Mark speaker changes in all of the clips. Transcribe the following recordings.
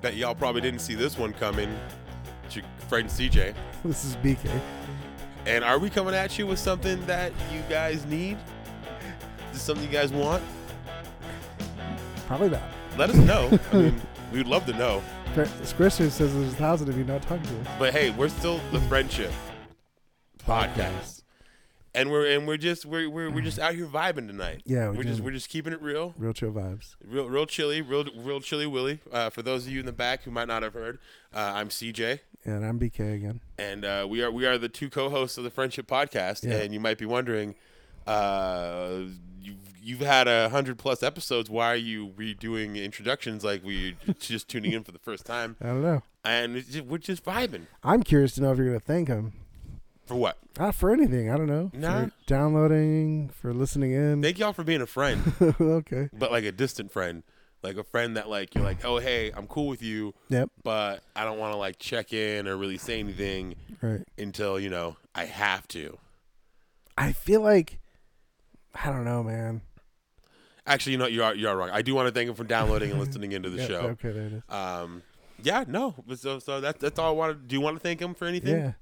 Speaker 1: that y'all probably didn't see this one coming. It's your friend CJ.
Speaker 2: This is BK.
Speaker 1: And are we coming at you with something that you guys need? Is this something you guys want?
Speaker 2: Probably not.
Speaker 1: Let us know. I mean, we'd love to know.
Speaker 2: Fr- Scripture says there's a thousand of you not talking to us.
Speaker 1: But hey, we're still the friendship podcast. And we're and we're just we're we're, we're just out here vibing tonight.
Speaker 2: Yeah,
Speaker 1: we're,
Speaker 2: we're
Speaker 1: just
Speaker 2: doing-
Speaker 1: we're just keeping it real.
Speaker 2: Real chill vibes.
Speaker 1: Real, real chilly, real, real chilly, Willie. Uh, for those of you in the back who might not have heard, uh, I'm CJ,
Speaker 2: And I'm BK again.
Speaker 1: and uh, we are we are the two co-hosts of the Friendship Podcast.
Speaker 2: Yeah.
Speaker 1: And you might be wondering, uh, you've you've had a hundred plus episodes. Why are you redoing introductions like we just tuning in for the first time?
Speaker 2: I don't know.
Speaker 1: And it's just, we're just vibing
Speaker 2: I'm curious to know if you're gonna thank him.
Speaker 1: for what?
Speaker 2: Not for anything. I don't know.
Speaker 1: Nah.
Speaker 2: For downloading, for listening in.
Speaker 1: Thank y'all for being a friend,
Speaker 2: okay.
Speaker 1: but like a distant friend, like a friend that like you're like, oh hey, I'm cool with you,
Speaker 2: Yep.
Speaker 1: but I don't want to like check in or really say anything.
Speaker 2: Right.
Speaker 1: until you know I have to.
Speaker 2: I feel like I don't know, man.
Speaker 1: Actually, you know you are you are wrong. I do want to thank him for downloading and listening into the
Speaker 2: Yeah,
Speaker 1: show.
Speaker 2: Okay, there it is.
Speaker 1: Um, yeah, no. but So so that's that's all I wanted. Do you want to thank him for anything?
Speaker 2: Yeah.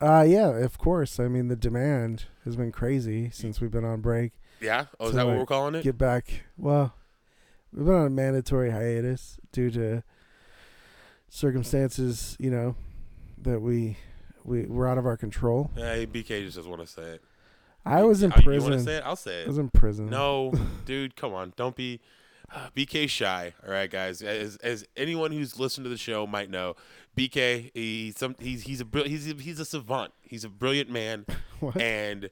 Speaker 2: Uh yeah, of course. I mean the demand has been crazy since we've been on break.
Speaker 1: Yeah? Oh, is
Speaker 2: So,
Speaker 1: that what
Speaker 2: like,
Speaker 1: we're calling it?
Speaker 2: Get back well we've been on a mandatory hiatus due to circumstances, you know, that we we were out of our control.
Speaker 1: hey, BK just doesn't want to say it.
Speaker 2: I was in
Speaker 1: Oh, You want to
Speaker 2: prison.
Speaker 1: say it? I'll say
Speaker 2: I
Speaker 1: it.
Speaker 2: was in prison.
Speaker 1: No, dude, come on. Don't be uh, BK shy. All right, guys. As as anyone who's listened to the show might know, BK he some he's he's a brill- he's a, he's a savant. He's a brilliant man.
Speaker 2: What?
Speaker 1: And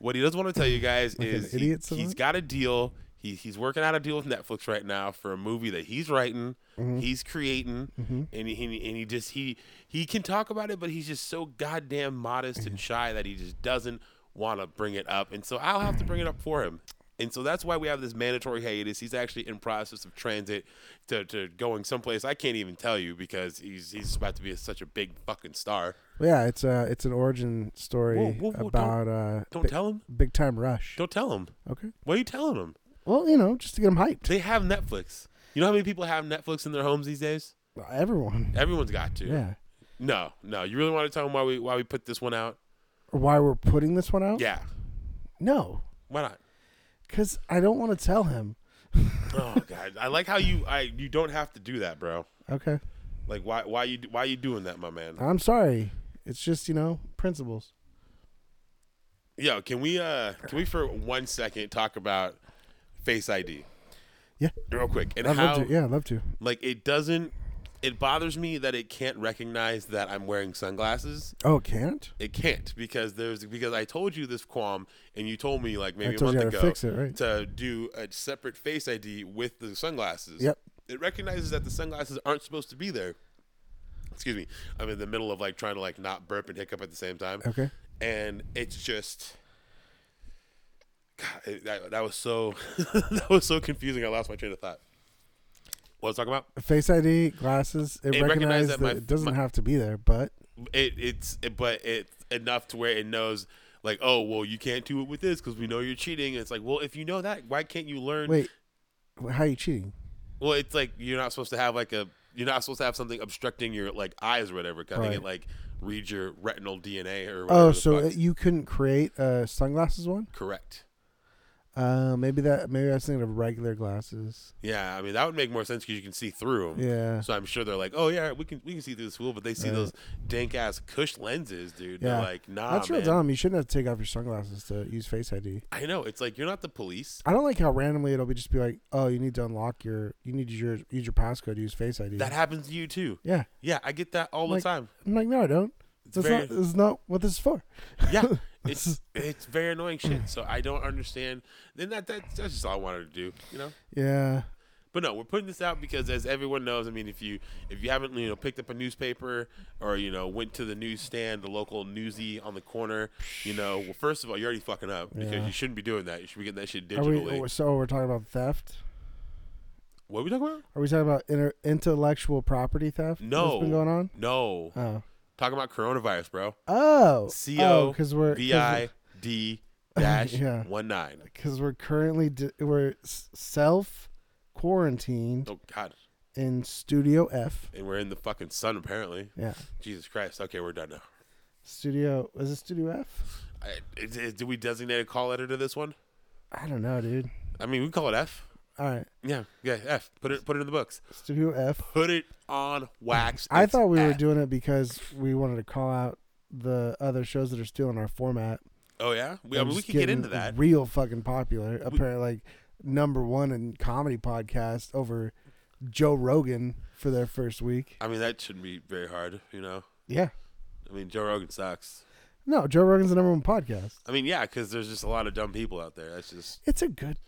Speaker 1: what he doesn't want to tell you guys
Speaker 2: Like an
Speaker 1: is he,
Speaker 2: idiot
Speaker 1: has
Speaker 2: savant?
Speaker 1: got a deal. He, he's working out a deal with Netflix right now for a movie that he's writing, he's creating, and, he, and he- and he just he he can talk about it, but he's just so goddamn modest and shy that he just doesn't want to bring it up, and so I'll have to bring it up for him, and so that's why we have this mandatory hiatus. He's actually in process of transit to, to going someplace I can't even tell you because he's he's about to be such a big fucking star.
Speaker 2: Yeah, it's uh it's an origin story
Speaker 1: Whoa, whoa, whoa, don't-
Speaker 2: about uh
Speaker 1: Don't
Speaker 2: bi-
Speaker 1: tell him.
Speaker 2: big time rush.
Speaker 1: Don't tell him.
Speaker 2: Okay.
Speaker 1: What are you telling him?
Speaker 2: Well, you know, just to get them hyped.
Speaker 1: They have Netflix. You know how many people have Netflix in their homes these days?
Speaker 2: Everyone.
Speaker 1: Everyone's got to.
Speaker 2: Yeah.
Speaker 1: No, no. You really want to tell them why we why we put this one out?
Speaker 2: Or why we're putting this one out?
Speaker 1: Yeah.
Speaker 2: No,
Speaker 1: Why not?
Speaker 2: because I don't want to tell him.
Speaker 1: Oh God, I like how you I you don't have to do that, bro.
Speaker 2: Okay.
Speaker 1: Like why why you why you doing that, my man?
Speaker 2: I'm sorry. It's just, you know, principles.
Speaker 1: Yo, can we uh can we for one second talk about Face ID?
Speaker 2: Yeah.
Speaker 1: Real quick and
Speaker 2: I'd
Speaker 1: how
Speaker 2: love to. Yeah, I'd love to.
Speaker 1: like it doesn't it bothers me that it can't recognize that I'm wearing sunglasses.
Speaker 2: Oh, it can't?
Speaker 1: It can't because there's because I told you this qualm and you told me like
Speaker 2: I
Speaker 1: maybe a month
Speaker 2: told you how
Speaker 1: ago
Speaker 2: to fix it, right?
Speaker 1: to do a separate face ID with the sunglasses.
Speaker 2: Yep.
Speaker 1: It recognizes that the sunglasses aren't supposed to be there. Excuse me. I'm in the middle of like trying to like not burp and hiccup at the same time.
Speaker 2: Okay.
Speaker 1: And it's just God, it, that, that was so that was so confusing. I lost my train of thought. What was I talking about?
Speaker 2: Face ID, glasses. It,
Speaker 1: It recognized
Speaker 2: recognizes
Speaker 1: that
Speaker 2: that,
Speaker 1: my-
Speaker 2: it doesn't
Speaker 1: my-
Speaker 2: have to be there, but
Speaker 1: it it's it, but it's enough to where it knows like oh well you can't do it with this because we know you're cheating and it's like well if you know that why can't you learn
Speaker 2: wait, how are you cheating?
Speaker 1: well it's like you're not supposed to have like a you're not supposed to have something obstructing your like eyes or whatever 'cause i think
Speaker 2: Right.
Speaker 1: it like reads your retinal dna or whatever
Speaker 2: Oh,
Speaker 1: the
Speaker 2: so
Speaker 1: fuck.
Speaker 2: it- you couldn't create a sunglasses one?
Speaker 1: correct
Speaker 2: Uh, maybe that. Maybe I was thinking of regular glasses.
Speaker 1: yeah i mean that would make more sense because you can see through them
Speaker 2: Yeah.
Speaker 1: so i'm sure they're like oh yeah we can we can see through this fool but they see
Speaker 2: Right.
Speaker 1: those dank ass cush lenses dude
Speaker 2: Yeah.
Speaker 1: they're like nah
Speaker 2: That's real
Speaker 1: man.
Speaker 2: dumb. You shouldn't have to take off your sunglasses to use Face ID.
Speaker 1: i know it's like you're not the police
Speaker 2: I don't like how randomly it'll be just be like, oh, you need to unlock your, you need to use your use your passcode to use Face ID.
Speaker 1: that happens to you too
Speaker 2: yeah,
Speaker 1: yeah i get that all
Speaker 2: Like,
Speaker 1: the time
Speaker 2: I'm like, no, I don't.
Speaker 1: It's
Speaker 2: That's
Speaker 1: very-
Speaker 2: not. That's not what this is for.
Speaker 1: yeah, it's it's very annoying shit. So I don't understand. Then that, that that's just all I wanted to do, you know.
Speaker 2: Yeah.
Speaker 1: But no, we're putting this out because, as everyone knows, I mean, if you if you haven't you know picked up a newspaper or you know went to the newsstand, the local newsy on the corner, you know, well, first of all, you're already fucking up because
Speaker 2: Yeah.
Speaker 1: you shouldn't be doing that. You should be getting that shit
Speaker 2: Are
Speaker 1: digitally.
Speaker 2: we? oh, So we're talking about theft.
Speaker 1: what are we talking about?
Speaker 2: Are we talking about inter- intellectual property theft?
Speaker 1: No.
Speaker 2: What's been going on?
Speaker 1: No,
Speaker 2: Oh.
Speaker 1: talking about coronavirus, bro.
Speaker 2: Oh.
Speaker 1: C
Speaker 2: Oh,
Speaker 1: O
Speaker 2: because we're 'cause
Speaker 1: V I D dash
Speaker 2: Yeah.
Speaker 1: one nine.
Speaker 2: because we're currently di- we're self quarantined
Speaker 1: Oh God,
Speaker 2: in Studio F.
Speaker 1: and we're in the fucking sun apparently.
Speaker 2: Yeah.
Speaker 1: Jesus Christ. Okay, we're done now.
Speaker 2: Studio is it Studio F?
Speaker 1: I, is, is, do we designate a call letter to this one?
Speaker 2: I don't know, dude.
Speaker 1: I mean, we call it F.
Speaker 2: All right.
Speaker 1: Yeah, yeah, F. Put it, put it in the books.
Speaker 2: Studio F.
Speaker 1: Put it on wax.
Speaker 2: I
Speaker 1: It's
Speaker 2: thought we were
Speaker 1: F.
Speaker 2: doing it because we wanted to call out the other shows that are stealing our format.
Speaker 1: Oh yeah, we, I
Speaker 2: and
Speaker 1: mean, we
Speaker 2: just
Speaker 1: could get
Speaker 2: getting
Speaker 1: into that.
Speaker 2: Real fucking popular. Apparently, like number one in comedy podcast over Joe Rogan for their first week.
Speaker 1: I mean, that shouldn't be very hard, you know.
Speaker 2: Yeah.
Speaker 1: I mean, Joe Rogan sucks.
Speaker 2: No, Joe Rogan's the number one podcast.
Speaker 1: I mean, yeah, because there's just a lot of dumb people out there. That's just.
Speaker 2: It's a good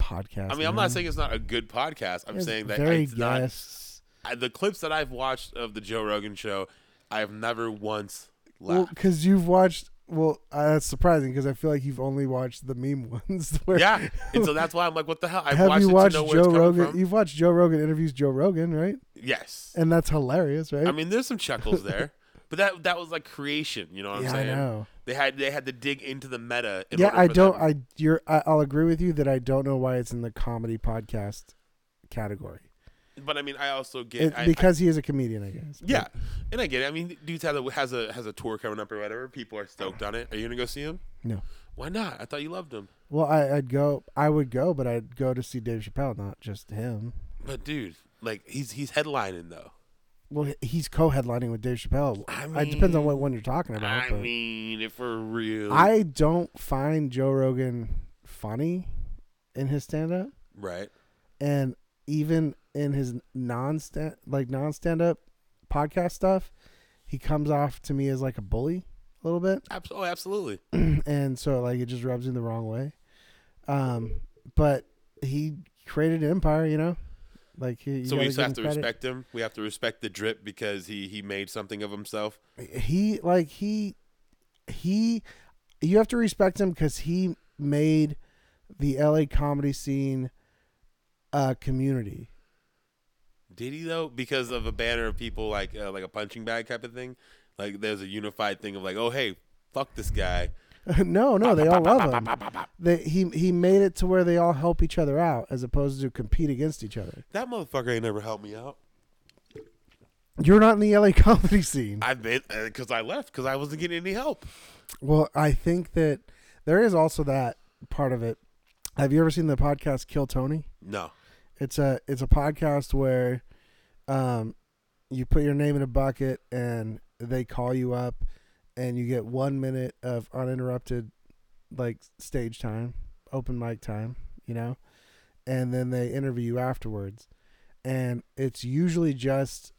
Speaker 2: podcast.
Speaker 1: I mean,
Speaker 2: man.
Speaker 1: I'm not saying it's not a good podcast. I'm
Speaker 2: It's
Speaker 1: saying that
Speaker 2: very
Speaker 1: it's not.
Speaker 2: guests.
Speaker 1: I, the clips that I've watched of the Joe Rogan show, I've never once laughed.
Speaker 2: Well, because you've watched. Well, uh, that's surprising because I feel like you've only watched the meme ones. Where
Speaker 1: yeah, and so that's why I'm like, what the hell? I've
Speaker 2: have
Speaker 1: watched
Speaker 2: you
Speaker 1: it
Speaker 2: watched
Speaker 1: to know where
Speaker 2: Joe
Speaker 1: it's coming
Speaker 2: Rogan?
Speaker 1: from.
Speaker 2: You've watched Joe Rogan interviews Joe Rogan, right?
Speaker 1: Yes,
Speaker 2: And that's hilarious, right?
Speaker 1: I mean, there's some chuckles there, but that that was like creation. You know what I'm
Speaker 2: yeah, I
Speaker 1: saying?
Speaker 2: know.
Speaker 1: They had they had to dig into the meta. In
Speaker 2: yeah,
Speaker 1: order
Speaker 2: I
Speaker 1: for
Speaker 2: don't.
Speaker 1: them-
Speaker 2: I you're. I, I'll agree with you that I don't know why it's in the comedy podcast category.
Speaker 1: but I mean, I also get
Speaker 2: It-
Speaker 1: I- I-
Speaker 2: because he is a comedian, I guess. but-
Speaker 1: yeah, and I get it. I mean, dudes has a has a has a tour coming up or whatever. People are stoked on it. Are you gonna go see him?
Speaker 2: No.
Speaker 1: Why not? I thought you loved him.
Speaker 2: Well, I, I'd go. I would go, but I'd go to see Dave Chappelle, not just him.
Speaker 1: But dude, like he's he's headlining though.
Speaker 2: Well, he- he's co-headlining with Dave Chappelle.
Speaker 1: I
Speaker 2: it depends on
Speaker 1: mean-
Speaker 2: what one you're talking about.
Speaker 1: I
Speaker 2: but.
Speaker 1: mean, if we're real,
Speaker 2: I don't find Joe Rogan funny in his stand up
Speaker 1: right?
Speaker 2: and even in his non stand like non stand up podcast stuff, he comes off to me as like a bully a little bit.
Speaker 1: Abs- oh, absolutely.
Speaker 2: and so like it just rubs me the wrong way. Um but he created an empire, you know? Like he
Speaker 1: so we just have to respect him. We have to respect the drip because he he made something of himself.
Speaker 2: he like he he you have to respect him because he made the la comedy scene a community
Speaker 1: Did he though? Because of a banner of people like uh, like a punching bag type of thing. Like there's a unified thing of like, oh hey, fuck this guy.
Speaker 2: no no they all love him they, he, he made it to where they all help each other out as opposed to compete against each other
Speaker 1: That motherfucker ain't never helped me out.
Speaker 2: you're not in the la comedy scene
Speaker 1: I've been because I left because I wasn't getting any help.
Speaker 2: well i think that there is also that part of it have you ever seen the podcast kill tony
Speaker 1: No.
Speaker 2: It's a it's a podcast where, um, you put your name in a bucket and they call you up, and you get one minute of uninterrupted, like stage time, open mic time, you know, and then they interview you afterwards, and it's usually just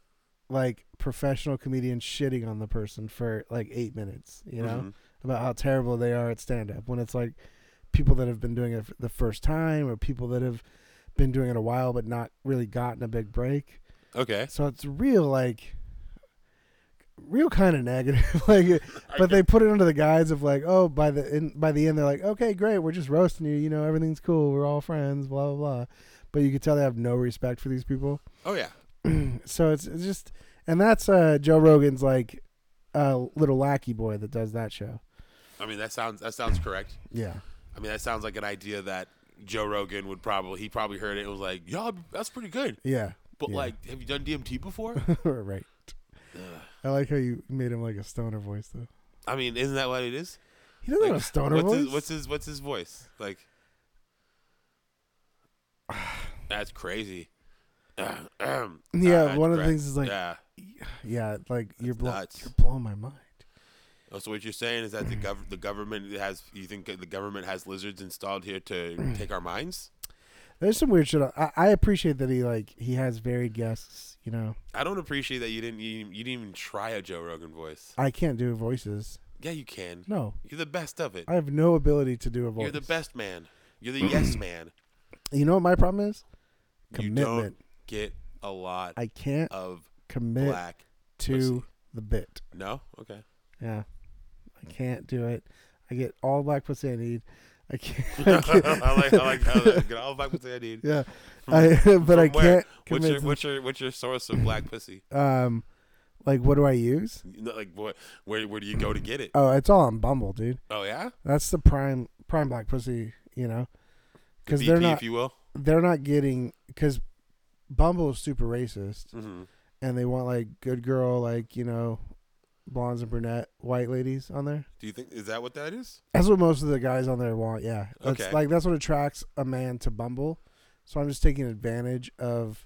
Speaker 2: like professional comedians shitting on the person for like eight minutes, you know
Speaker 1: Mhm.
Speaker 2: about how terrible they are at stand up when it's like people that have been doing it f- the first time or people that have been doing it a while but not really gotten a big break.
Speaker 1: Okay.
Speaker 2: So it's real like real kind of negative like but they put it under the guise of like oh by the in, by the end they're like okay great we're just roasting you you know everything's cool we're all friends blah blah blah but you could tell they have no respect for these people
Speaker 1: Oh yeah.
Speaker 2: so it's, it's just and that's uh Joe Rogan's like uh little lackey boy that does that show
Speaker 1: I mean that sounds that sounds correct.
Speaker 2: yeah
Speaker 1: I mean that sounds like an idea that Joe Rogan would probably he probably heard it and was like, "Yo, that's pretty good."
Speaker 2: yeah
Speaker 1: But
Speaker 2: Yeah.
Speaker 1: like, have you done DMT before?
Speaker 2: right. I like how you made him like a stoner voice though.
Speaker 1: I mean, isn't that what it is?
Speaker 2: He doesn't have
Speaker 1: Like,
Speaker 2: a stoner
Speaker 1: what's
Speaker 2: voice.
Speaker 1: His, what's his What's his voice like? That's crazy. Ahem.
Speaker 2: yeah,
Speaker 1: Ah,
Speaker 2: one of the
Speaker 1: right.
Speaker 2: things is like, yeah,
Speaker 1: yeah.
Speaker 2: like you're blow-
Speaker 1: nuts.
Speaker 2: you're blowing my mind.
Speaker 1: Oh, so what you're saying is that the gov- the government has you think that the government has lizards installed here to take our minds?
Speaker 2: There's some weird shit. I, I appreciate that he like he has varied guests. You know,
Speaker 1: I don't appreciate that you didn't you, you didn't even try a Joe Rogan voice.
Speaker 2: I can't do voices.
Speaker 1: Yeah, you can.
Speaker 2: No,
Speaker 1: You're the best of it.
Speaker 2: I have no ability to do a voice.
Speaker 1: You're the best man. You're the yes man.
Speaker 2: You know what my problem is?
Speaker 1: You
Speaker 2: Commitment.
Speaker 1: don't get a lot
Speaker 2: I can't
Speaker 1: of
Speaker 2: commit
Speaker 1: black.
Speaker 2: to
Speaker 1: pussy.
Speaker 2: the bit.
Speaker 1: No, okay.
Speaker 2: Yeah, I can't do it. I get all black pussy I need. I can't. I can't-
Speaker 1: I like I like how that- get all black pussy I need.
Speaker 2: yeah, I, but I
Speaker 1: From where? What's
Speaker 2: can't commit.
Speaker 1: your
Speaker 2: to-
Speaker 1: what's your what's your source of black pussy?
Speaker 2: um, like what do I use?
Speaker 1: You know, Like what? Where where do you go to get it?
Speaker 2: Oh, it's all on Bumble, dude.
Speaker 1: Oh yeah,
Speaker 2: That's the prime prime black pussy, you know, because
Speaker 1: BP
Speaker 2: they're not
Speaker 1: if you will.
Speaker 2: they're not getting because Bumble is super racist,
Speaker 1: hmm
Speaker 2: and they want like good girl, like you know, blondes and brunette white ladies on there.
Speaker 1: Do you think is that what that is?
Speaker 2: That's what most of the guys on there want. Yeah, that's
Speaker 1: Okay.
Speaker 2: like that's what attracts a man to Bumble. So I'm just taking advantage of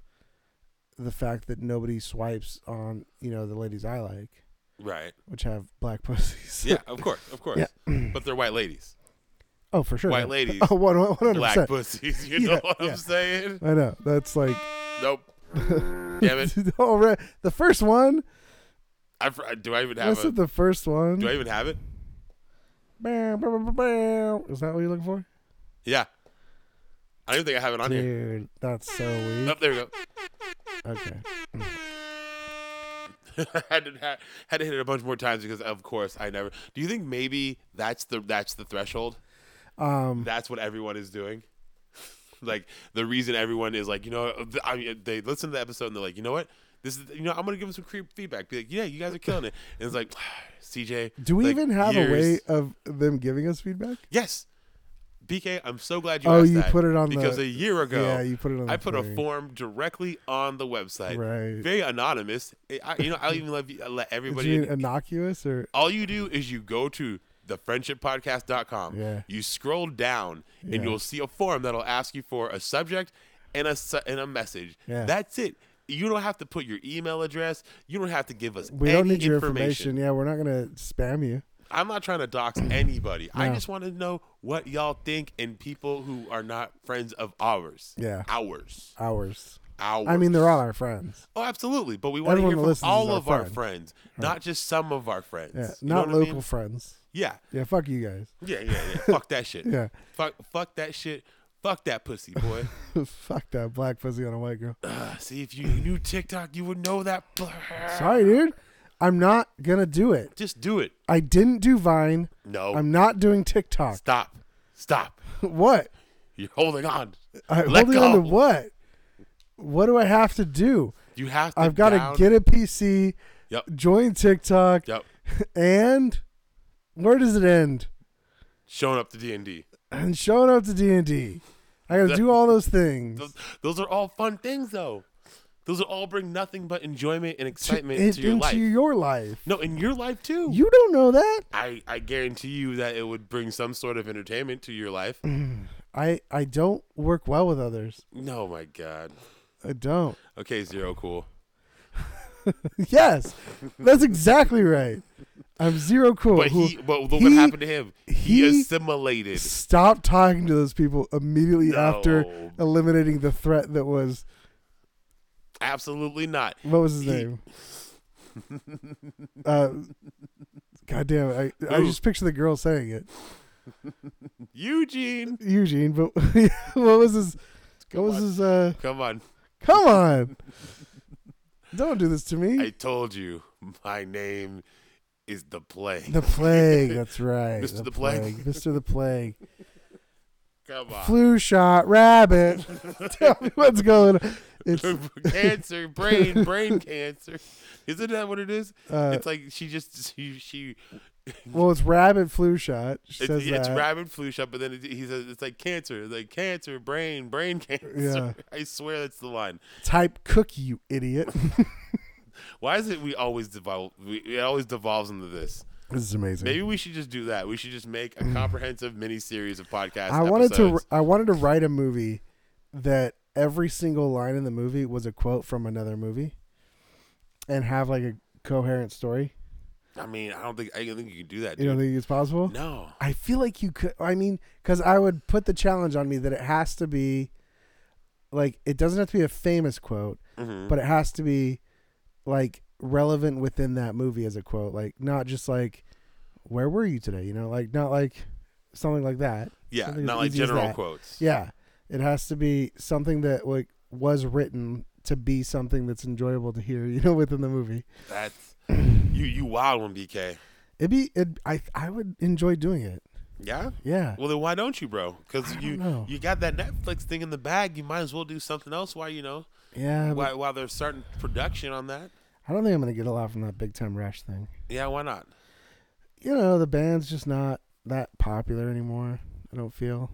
Speaker 2: the fact that nobody swipes on you know the ladies I like,
Speaker 1: Right.
Speaker 2: which have black pussies.
Speaker 1: Yeah. Of course. Of course. But they're white ladies,
Speaker 2: oh, for sure.
Speaker 1: White ladies,
Speaker 2: Oh, one hundred
Speaker 1: black
Speaker 2: percent.
Speaker 1: pussies. You
Speaker 2: Yeah,
Speaker 1: know what
Speaker 2: yeah.
Speaker 1: I'm saying?
Speaker 2: I know. That's like
Speaker 1: Nope. Damn it.
Speaker 2: already the first one.
Speaker 1: I, fr- do I even have
Speaker 2: Was
Speaker 1: a,
Speaker 2: it the first one?
Speaker 1: Do I even have it?
Speaker 2: Bam, bam, bam, bam. Is that what you're looking for?
Speaker 1: Yeah. I don't even think I have it on here.
Speaker 2: Dude, that's so weak.
Speaker 1: Oh, there we go.
Speaker 2: Okay.
Speaker 1: I did ha- had to hit it a bunch more times because, of course, I never. Do you think maybe that's the that's the threshold?
Speaker 2: Um,
Speaker 1: That's what everyone is doing. like the reason everyone is like, you know, th- I mean, they listen to the episode and they're like, you know what, this is, you know, I'm gonna give them some creep feedback. Be like, yeah, you guys are killing it. And it's like, CJ,
Speaker 2: do we
Speaker 1: like,
Speaker 2: even have a way
Speaker 1: years-
Speaker 2: of them giving us feedback?
Speaker 1: Yes, BK, I'm so glad you.
Speaker 2: Oh,
Speaker 1: asked
Speaker 2: you
Speaker 1: that
Speaker 2: put it on the-
Speaker 1: because a year ago,
Speaker 2: yeah, you put it on.
Speaker 1: I
Speaker 2: the
Speaker 1: put a
Speaker 2: thing.
Speaker 1: form directly on the website.
Speaker 2: Right.
Speaker 1: Very anonymous. I, I- you know, I'll even let, you- let
Speaker 2: Did
Speaker 1: everybody.
Speaker 2: you mean innocuous or
Speaker 1: all you do is you go to thefriendshippodcast.com.
Speaker 2: Yeah.
Speaker 1: You scroll down
Speaker 2: Yeah.
Speaker 1: and you'll see a form that'll ask you for a subject and a su- and a message.
Speaker 2: Yeah.
Speaker 1: That's it. You don't have to put your email address. You don't have to give us
Speaker 2: we
Speaker 1: any
Speaker 2: don't need your
Speaker 1: information.
Speaker 2: information? Yeah, we're not gonna spam you.
Speaker 1: I'm not trying to dox anybody. I
Speaker 2: No.
Speaker 1: just want to know what y'all think and people who are not friends of ours.
Speaker 2: Yeah,
Speaker 1: Ours.
Speaker 2: ours.
Speaker 1: Ours.
Speaker 2: I mean, they're all our friends.
Speaker 1: Oh, absolutely. But we want to
Speaker 2: Everyone
Speaker 1: hear
Speaker 2: that
Speaker 1: from
Speaker 2: listens is
Speaker 1: all
Speaker 2: our
Speaker 1: of our
Speaker 2: friend.
Speaker 1: friends, not just some of our friends.
Speaker 2: Yeah,
Speaker 1: You know
Speaker 2: not
Speaker 1: what I mean?
Speaker 2: local friends.
Speaker 1: Yeah.
Speaker 2: Yeah, fuck you guys.
Speaker 1: Yeah, yeah, yeah. fuck that shit.
Speaker 2: Yeah,
Speaker 1: Fuck fuck that shit. Fuck that pussy, boy.
Speaker 2: fuck that black pussy on a white girl.
Speaker 1: Ugh, see if you knew TikTok, you would know that.
Speaker 2: Sorry, dude. I'm not gonna do it.
Speaker 1: Just do it.
Speaker 2: I didn't do Vine.
Speaker 1: No.
Speaker 2: I'm not doing TikTok.
Speaker 1: Stop. Stop.
Speaker 2: what?
Speaker 1: You're holding on.
Speaker 2: I,
Speaker 1: Let
Speaker 2: holding on to
Speaker 1: go.
Speaker 2: what? What do I have to do?
Speaker 1: You have to
Speaker 2: I've got to
Speaker 1: down-
Speaker 2: get a PC,
Speaker 1: Yep.
Speaker 2: join TikTok,
Speaker 1: Yep.
Speaker 2: and where does it end?
Speaker 1: Showing up to D&D.
Speaker 2: And showing up to D and D. I got to
Speaker 1: That-
Speaker 2: do all those things.
Speaker 1: Those, those are all fun things, though. Those will all bring nothing but enjoyment and
Speaker 2: To-
Speaker 1: excitement
Speaker 2: it-
Speaker 1: to, your
Speaker 2: into
Speaker 1: life.
Speaker 2: your life.
Speaker 1: no, in your life too.
Speaker 2: You don't know that.
Speaker 1: I, I guarantee you that it would bring some sort of entertainment to your life.
Speaker 2: Mm-hmm. I I don't work well with others.
Speaker 1: No, my God.
Speaker 2: I don't.
Speaker 1: Okay, zero cool.
Speaker 2: yes, that's exactly right. I'm zero cool.
Speaker 1: But
Speaker 2: Who-
Speaker 1: he, but look what
Speaker 2: he-
Speaker 1: happened to him. He,
Speaker 2: he-
Speaker 1: assimilated.
Speaker 2: Stop talking to those people immediately after
Speaker 1: No.
Speaker 2: eliminating the threat that was
Speaker 1: Absolutely not.
Speaker 2: what was his
Speaker 1: He-
Speaker 2: name? uh, God damn it! I, I
Speaker 1: Who?
Speaker 2: just picture the girl saying it,
Speaker 1: Eugene,
Speaker 2: Eugene. But what was his? What
Speaker 1: Come
Speaker 2: was
Speaker 1: on.
Speaker 2: his? Uh,
Speaker 1: come on.
Speaker 2: come on! Don't do this to me.
Speaker 1: I told you my name is the plague.
Speaker 2: the plague. That's right,
Speaker 1: Mr. The Plague. Ah.
Speaker 2: Mister the plague.
Speaker 1: Come on.
Speaker 2: Flu shot, rabbit. Tell me what's going. on. It's
Speaker 1: cancer, brain, brain cancer. Isn't that what it is?
Speaker 2: uh,
Speaker 1: it's like she just she she
Speaker 2: well, it's rabbit flu shot. She
Speaker 1: it's,
Speaker 2: says
Speaker 1: it's
Speaker 2: that.
Speaker 1: rabid flu shot, but then it, he says it's like cancer, it's like cancer, brain, brain cancer.
Speaker 2: Yeah.
Speaker 1: I swear that's the line.
Speaker 2: Type cookie, you idiot.
Speaker 1: Why is it we always devolve? We, it always devolves into this.
Speaker 2: this is amazing.
Speaker 1: Maybe we should just do that. We should just make a comprehensive mini series of podcasts.
Speaker 2: Mm. I wanted to.
Speaker 1: episodes.
Speaker 2: I wanted to write a movie that every single line in the movie was a quote from another movie, and have like a coherent story.
Speaker 1: I mean, I don't think I don't think you can do that.
Speaker 2: You don't
Speaker 1: dude.
Speaker 2: think it's possible?
Speaker 1: no.
Speaker 2: I feel like you could. I mean, because I would put the challenge on me that it has to be, like, it doesn't have to be a famous quote,
Speaker 1: Mhm.
Speaker 2: but it has to be, like, relevant within that movie as a quote. Like, not just like, "Where were you today?" You know, like not like something like that.
Speaker 1: yeah,
Speaker 2: something as
Speaker 1: not like
Speaker 2: easy as
Speaker 1: general
Speaker 2: that.
Speaker 1: quotes.
Speaker 2: Yeah, it has to be something that like was written to be something that's enjoyable to hear. You know, within the movie,
Speaker 1: That's you. You wild one, BK.
Speaker 2: it'd be. It. I. I would enjoy doing it.
Speaker 1: Yeah.
Speaker 2: Yeah.
Speaker 1: Well, then why don't you, bro? Because
Speaker 2: I don't
Speaker 1: you
Speaker 2: know.
Speaker 1: you got that Netflix thing in the bag. You might as well do something else while you know
Speaker 2: Yeah. But
Speaker 1: while while they're starting production on that.
Speaker 2: I don't think I'm gonna get a lot from that big time rash thing.
Speaker 1: Yeah, why not?
Speaker 2: you know, the band's just not that popular anymore. I don't feel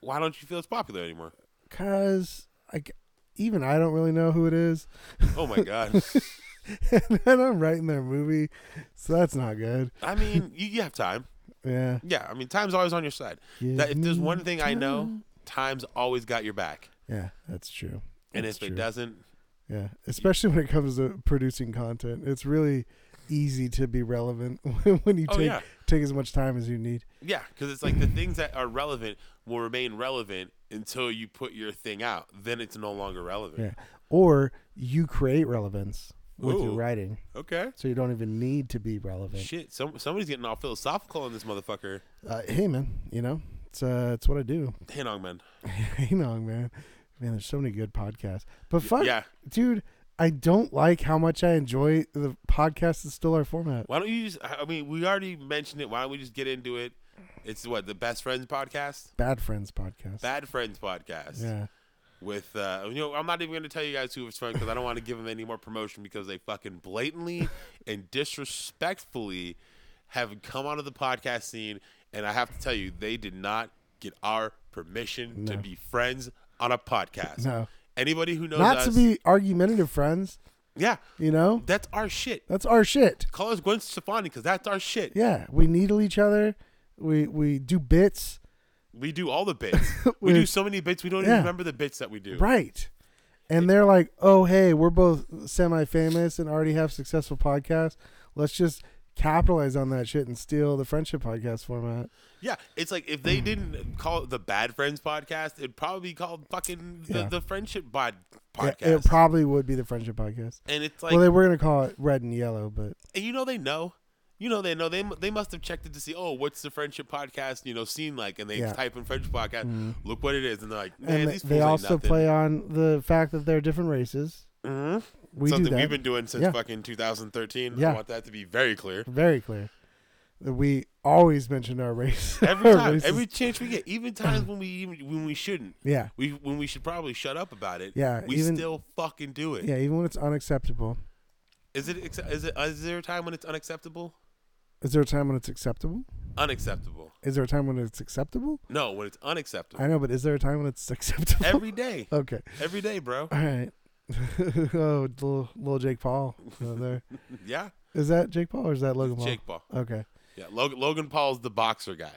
Speaker 1: Why don't you feel it's popular anymore?
Speaker 2: because I, g- even I don't really know who it is.
Speaker 1: Oh my god.
Speaker 2: and then I'm writing their movie, so that's not good.
Speaker 1: I mean, you, you have time.
Speaker 2: Yeah.
Speaker 1: Yeah, I mean, time's always on your side. That, if there's one thing I know, time's always got your back.
Speaker 2: Yeah, that's true.
Speaker 1: And
Speaker 2: That's
Speaker 1: if it
Speaker 2: true.
Speaker 1: doesn't,
Speaker 2: Yeah, especially when it comes to producing content, it's really easy to be relevant when you
Speaker 1: Oh,
Speaker 2: take
Speaker 1: yeah.
Speaker 2: take as much time as you need.
Speaker 1: yeah, because it's like the things that are relevant will remain relevant until you put your thing out. Then it's no longer relevant.
Speaker 2: Yeah, or you create relevance with your
Speaker 1: Ooh.
Speaker 2: writing,
Speaker 1: Okay.
Speaker 2: so you don't even need to be relevant.
Speaker 1: Shit, some, somebody's getting all philosophical on this motherfucker.
Speaker 2: Uh, hey, man, you know it's uh, it's what I do.
Speaker 1: Hinong man.
Speaker 2: hey, Nong, man, man, there's so many good podcasts, but fuck,
Speaker 1: Yeah.
Speaker 2: dude. I don't like how much I enjoy the podcast is still our format.
Speaker 1: Why don't you just? I I mean, we already mentioned it. Why don't we just get into it? It's what the best friends podcast,
Speaker 2: Bad Friends podcast.
Speaker 1: bad friends podcast.
Speaker 2: yeah.
Speaker 1: With uh, you know, I'm not even going to tell you guys who it's from because I don't want to give them any more promotion because they fucking blatantly and disrespectfully have come onto the podcast scene, and I have to tell you, they did not get our permission to
Speaker 2: No.
Speaker 1: be friends on a podcast.
Speaker 2: No.
Speaker 1: Anybody who knows
Speaker 2: Not
Speaker 1: us,
Speaker 2: to be argumentative friends,
Speaker 1: yeah,
Speaker 2: you know?
Speaker 1: that's our shit.
Speaker 2: That's our shit.
Speaker 1: Call us Gwen Stefani because that's our shit.
Speaker 2: Yeah, we needle each other. We we do bits.
Speaker 1: We do all the bits. we
Speaker 2: We-
Speaker 1: do so many bits. We don't
Speaker 2: Yeah.
Speaker 1: even remember the bits that we do.
Speaker 2: Right. And they're like, "Oh, hey, we're both semi-famous and already have successful podcasts. Let's just capitalize on that shit and steal the friendship podcast format."
Speaker 1: Yeah, it's like if they didn't call it the Bad Friends podcast, it'd probably be called fucking the,
Speaker 2: Yeah.
Speaker 1: the Friendship Bod
Speaker 2: Yeah,
Speaker 1: podcast.
Speaker 2: It probably would be the friendship podcast.
Speaker 1: and it's like,
Speaker 2: well, they were going to call it red and yellow, but
Speaker 1: and you know they know. You know they know they mu- they must have checked it to see oh what's the friendship podcast you know scene like and they
Speaker 2: Yeah. Mm-hmm.
Speaker 1: type in friendship podcast look what it is and they're like man
Speaker 2: and they,
Speaker 1: these
Speaker 2: they
Speaker 1: fools ain't
Speaker 2: also
Speaker 1: nothing.
Speaker 2: play on the fact that they're different races.
Speaker 1: Mhm.
Speaker 2: We
Speaker 1: something
Speaker 2: do that.
Speaker 1: we've been doing since
Speaker 2: Yeah.
Speaker 1: fucking 2013 I
Speaker 2: Yeah.
Speaker 1: want that to be very clear
Speaker 2: very clear that we always mention our race
Speaker 1: every
Speaker 2: our
Speaker 1: time
Speaker 2: races.
Speaker 1: every chance we get even times when we even when we shouldn't
Speaker 2: yeah
Speaker 1: We when we should probably shut up about it.
Speaker 2: Yeah,
Speaker 1: we
Speaker 2: even-
Speaker 1: still fucking do it. Is
Speaker 2: yeah even when it's unacceptable
Speaker 1: it ex- is it is there a time when it's unacceptable?
Speaker 2: is there a time when it's acceptable
Speaker 1: Unacceptable.
Speaker 2: is there a time when it's acceptable
Speaker 1: No, when it's unacceptable.
Speaker 2: i know but is there a time when it's acceptable
Speaker 1: Every day,
Speaker 2: okay
Speaker 1: every day, bro.
Speaker 2: all right oh little, little jake paul over there
Speaker 1: Yeah,
Speaker 2: is that jake paul or is that logan paul
Speaker 1: Jake Paul.
Speaker 2: okay
Speaker 1: Yeah, Logan, Logan Paul's the boxer guy.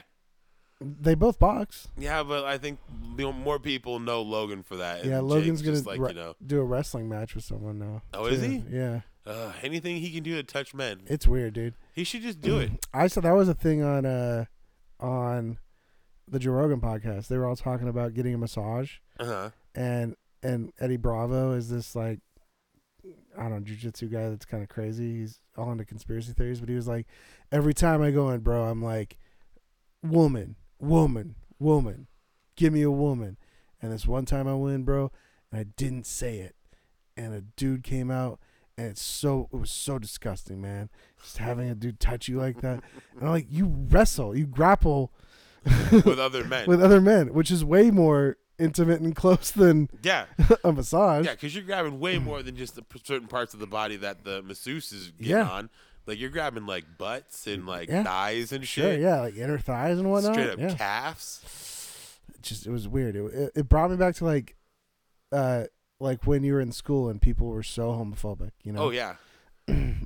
Speaker 2: they both box
Speaker 1: Yeah, but I think you know, more people know Logan for that. and
Speaker 2: yeah
Speaker 1: Jake's
Speaker 2: logan's gonna
Speaker 1: just like
Speaker 2: re-
Speaker 1: you know.
Speaker 2: do a wrestling match with someone now
Speaker 1: Oh, is he?
Speaker 2: yeah
Speaker 1: Uh, anything he can do to touch men,
Speaker 2: it's weird dude
Speaker 1: he should just do it.
Speaker 2: I saw that was a thing on uh on the Joe Rogan podcast. They were all talking about getting a massage
Speaker 1: Uh huh.
Speaker 2: and and Eddie Bravo is this like I don't know, jujitsu guy that's kind of crazy. He's all into conspiracy theories, but he was like, every time I go in, bro, I'm like, woman, woman, woman, give me a woman. And this one time I went, bro, and I didn't say it, and a dude came out, and it's so it was so disgusting, man. Just having a dude touch you like that, and I'm like, you wrestle, you grapple
Speaker 1: With other men.
Speaker 2: with other men, which is way more intimate and close than
Speaker 1: yeah,
Speaker 2: a massage.
Speaker 1: Yeah, because you're grabbing way more than just the p- certain parts of the body that the masseuse is getting
Speaker 2: Yeah.
Speaker 1: on. Like you're grabbing like butts and like
Speaker 2: Yeah.
Speaker 1: thighs and shit.
Speaker 2: Sure, yeah, like inner thighs and whatnot.
Speaker 1: Straight up
Speaker 2: yeah,
Speaker 1: calves.
Speaker 2: It just it was weird. It, it, it brought me back to like, uh, like when you were in school and people were so homophobic. You know?
Speaker 1: Oh yeah.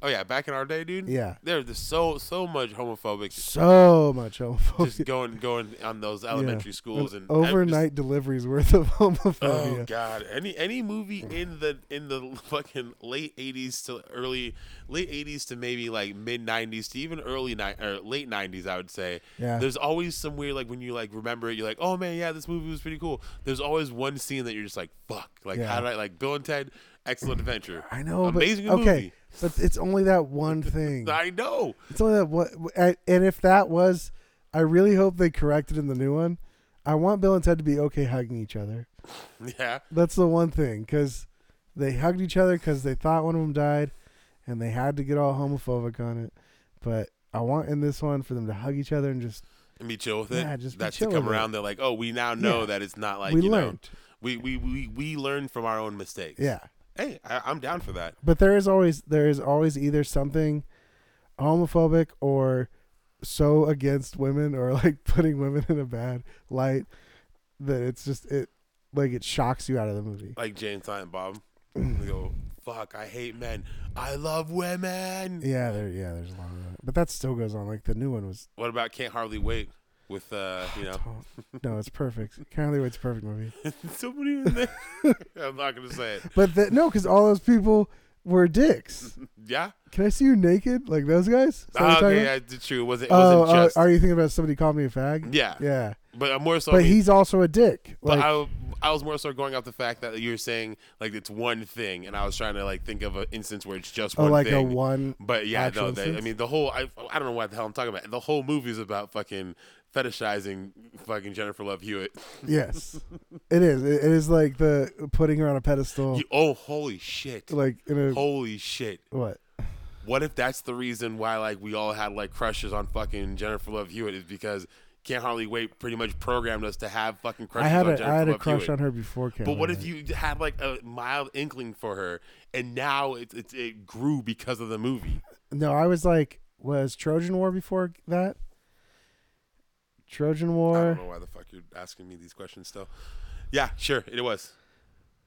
Speaker 1: oh yeah. Back in our day, dude.
Speaker 2: Yeah.
Speaker 1: There was so so much homophobic.
Speaker 2: So much
Speaker 1: Just
Speaker 2: homophobia.
Speaker 1: going going on those elementary schools
Speaker 2: An
Speaker 1: and ev- just-
Speaker 2: overnight deliveries worth of
Speaker 1: Oh
Speaker 2: homophobia.
Speaker 1: God! Any any movie in the in the fucking late eighties to early late eighties to maybe like mid nineties to even early ni- or late nineties, I would say.
Speaker 2: Yeah.
Speaker 1: There's always some weird like when you like remember it, you're like, oh man, yeah, this movie was pretty cool. There's always one scene that you're just like, fuck, like
Speaker 2: Yeah.
Speaker 1: how did I like Bill and Ted, Excellent Adventure.
Speaker 2: I know,
Speaker 1: amazing
Speaker 2: but okay,
Speaker 1: movie.
Speaker 2: but it's only that one thing.
Speaker 1: I know.
Speaker 2: It's only that what, and and if that was, I really hope they corrected in the new one. I want Bill and Ted to be okay hugging each other.
Speaker 1: Yeah.
Speaker 2: That's the one thing, because they hugged each other because they thought one of them died, and they had to get all homophobic on it. But I want in this one for them to hug each other and just
Speaker 1: And be chill with it.
Speaker 2: Yeah, just be
Speaker 1: That's
Speaker 2: chill
Speaker 1: to come
Speaker 2: with it.
Speaker 1: around. They're like, oh, we now know
Speaker 2: Yeah.
Speaker 1: that it's not like
Speaker 2: we
Speaker 1: you know,
Speaker 2: learned,
Speaker 1: we we we we learn from our own mistakes.
Speaker 2: yeah.
Speaker 1: Hey, I, I'm down for that.
Speaker 2: But there is always there is always either something homophobic or so against women or like putting women in a bad light that it's just it like it shocks you out of the movie.
Speaker 1: like James Silent Bob.
Speaker 2: Mm.
Speaker 1: They go, fuck, I hate men. I love women.
Speaker 2: Yeah, there. Yeah, there's a lot of that, but that still goes on. Like the new one was.
Speaker 1: What about Can't Hardly Wait with, uh, you know,
Speaker 2: No, it's perfect. Apparently, it's a perfect movie.
Speaker 1: somebody in there? I'm not going to say it.
Speaker 2: But the, no, because all those people were dicks.
Speaker 1: Yeah?
Speaker 2: Can I see you naked? Like those guys? Is that what
Speaker 1: Ah,
Speaker 2: you're
Speaker 1: okay,
Speaker 2: talking about?
Speaker 1: yeah, it's true. It wasn't, it
Speaker 2: Oh,
Speaker 1: wasn't
Speaker 2: oh,
Speaker 1: just.
Speaker 2: are you thinking about somebody called me a fag?
Speaker 1: yeah.
Speaker 2: Yeah.
Speaker 1: But I'm more so. I
Speaker 2: But
Speaker 1: mean,
Speaker 2: he's also a dick.
Speaker 1: but
Speaker 2: Like,
Speaker 1: I, I was more so going off the fact that you were saying, like, it's one thing, and I was trying to, like, think of an instance where it's just
Speaker 2: oh,
Speaker 1: one
Speaker 2: like
Speaker 1: thing.
Speaker 2: a one.
Speaker 1: But yeah,
Speaker 2: actual
Speaker 1: no, they, I
Speaker 2: instance?
Speaker 1: mean the whole I, I don't know what the hell I'm talking about. The whole movie is about fucking fetishizing fucking Jennifer Love Hewitt.
Speaker 2: Yes, it is. It, it is like the putting her on a pedestal.
Speaker 1: You- oh holy shit.
Speaker 2: like in a
Speaker 1: holy shit.
Speaker 2: what?
Speaker 1: What if that's the reason why like we all had like crushes on fucking Jennifer Love Hewitt is because Can't Hardly Wait pretty much programmed us to have fucking crushes
Speaker 2: I had
Speaker 1: on
Speaker 2: a
Speaker 1: Jennifer
Speaker 2: I had a
Speaker 1: Love
Speaker 2: crush
Speaker 1: Hewitt.
Speaker 2: on her before. Kim,
Speaker 1: But what if you had like a mild inkling for her and now it, it, it grew because of the movie?
Speaker 2: No, I was like, was Trojan War before that? Trojan
Speaker 1: I don't
Speaker 2: War
Speaker 1: know why the fuck you're asking me these questions still. Yeah, sure, it was.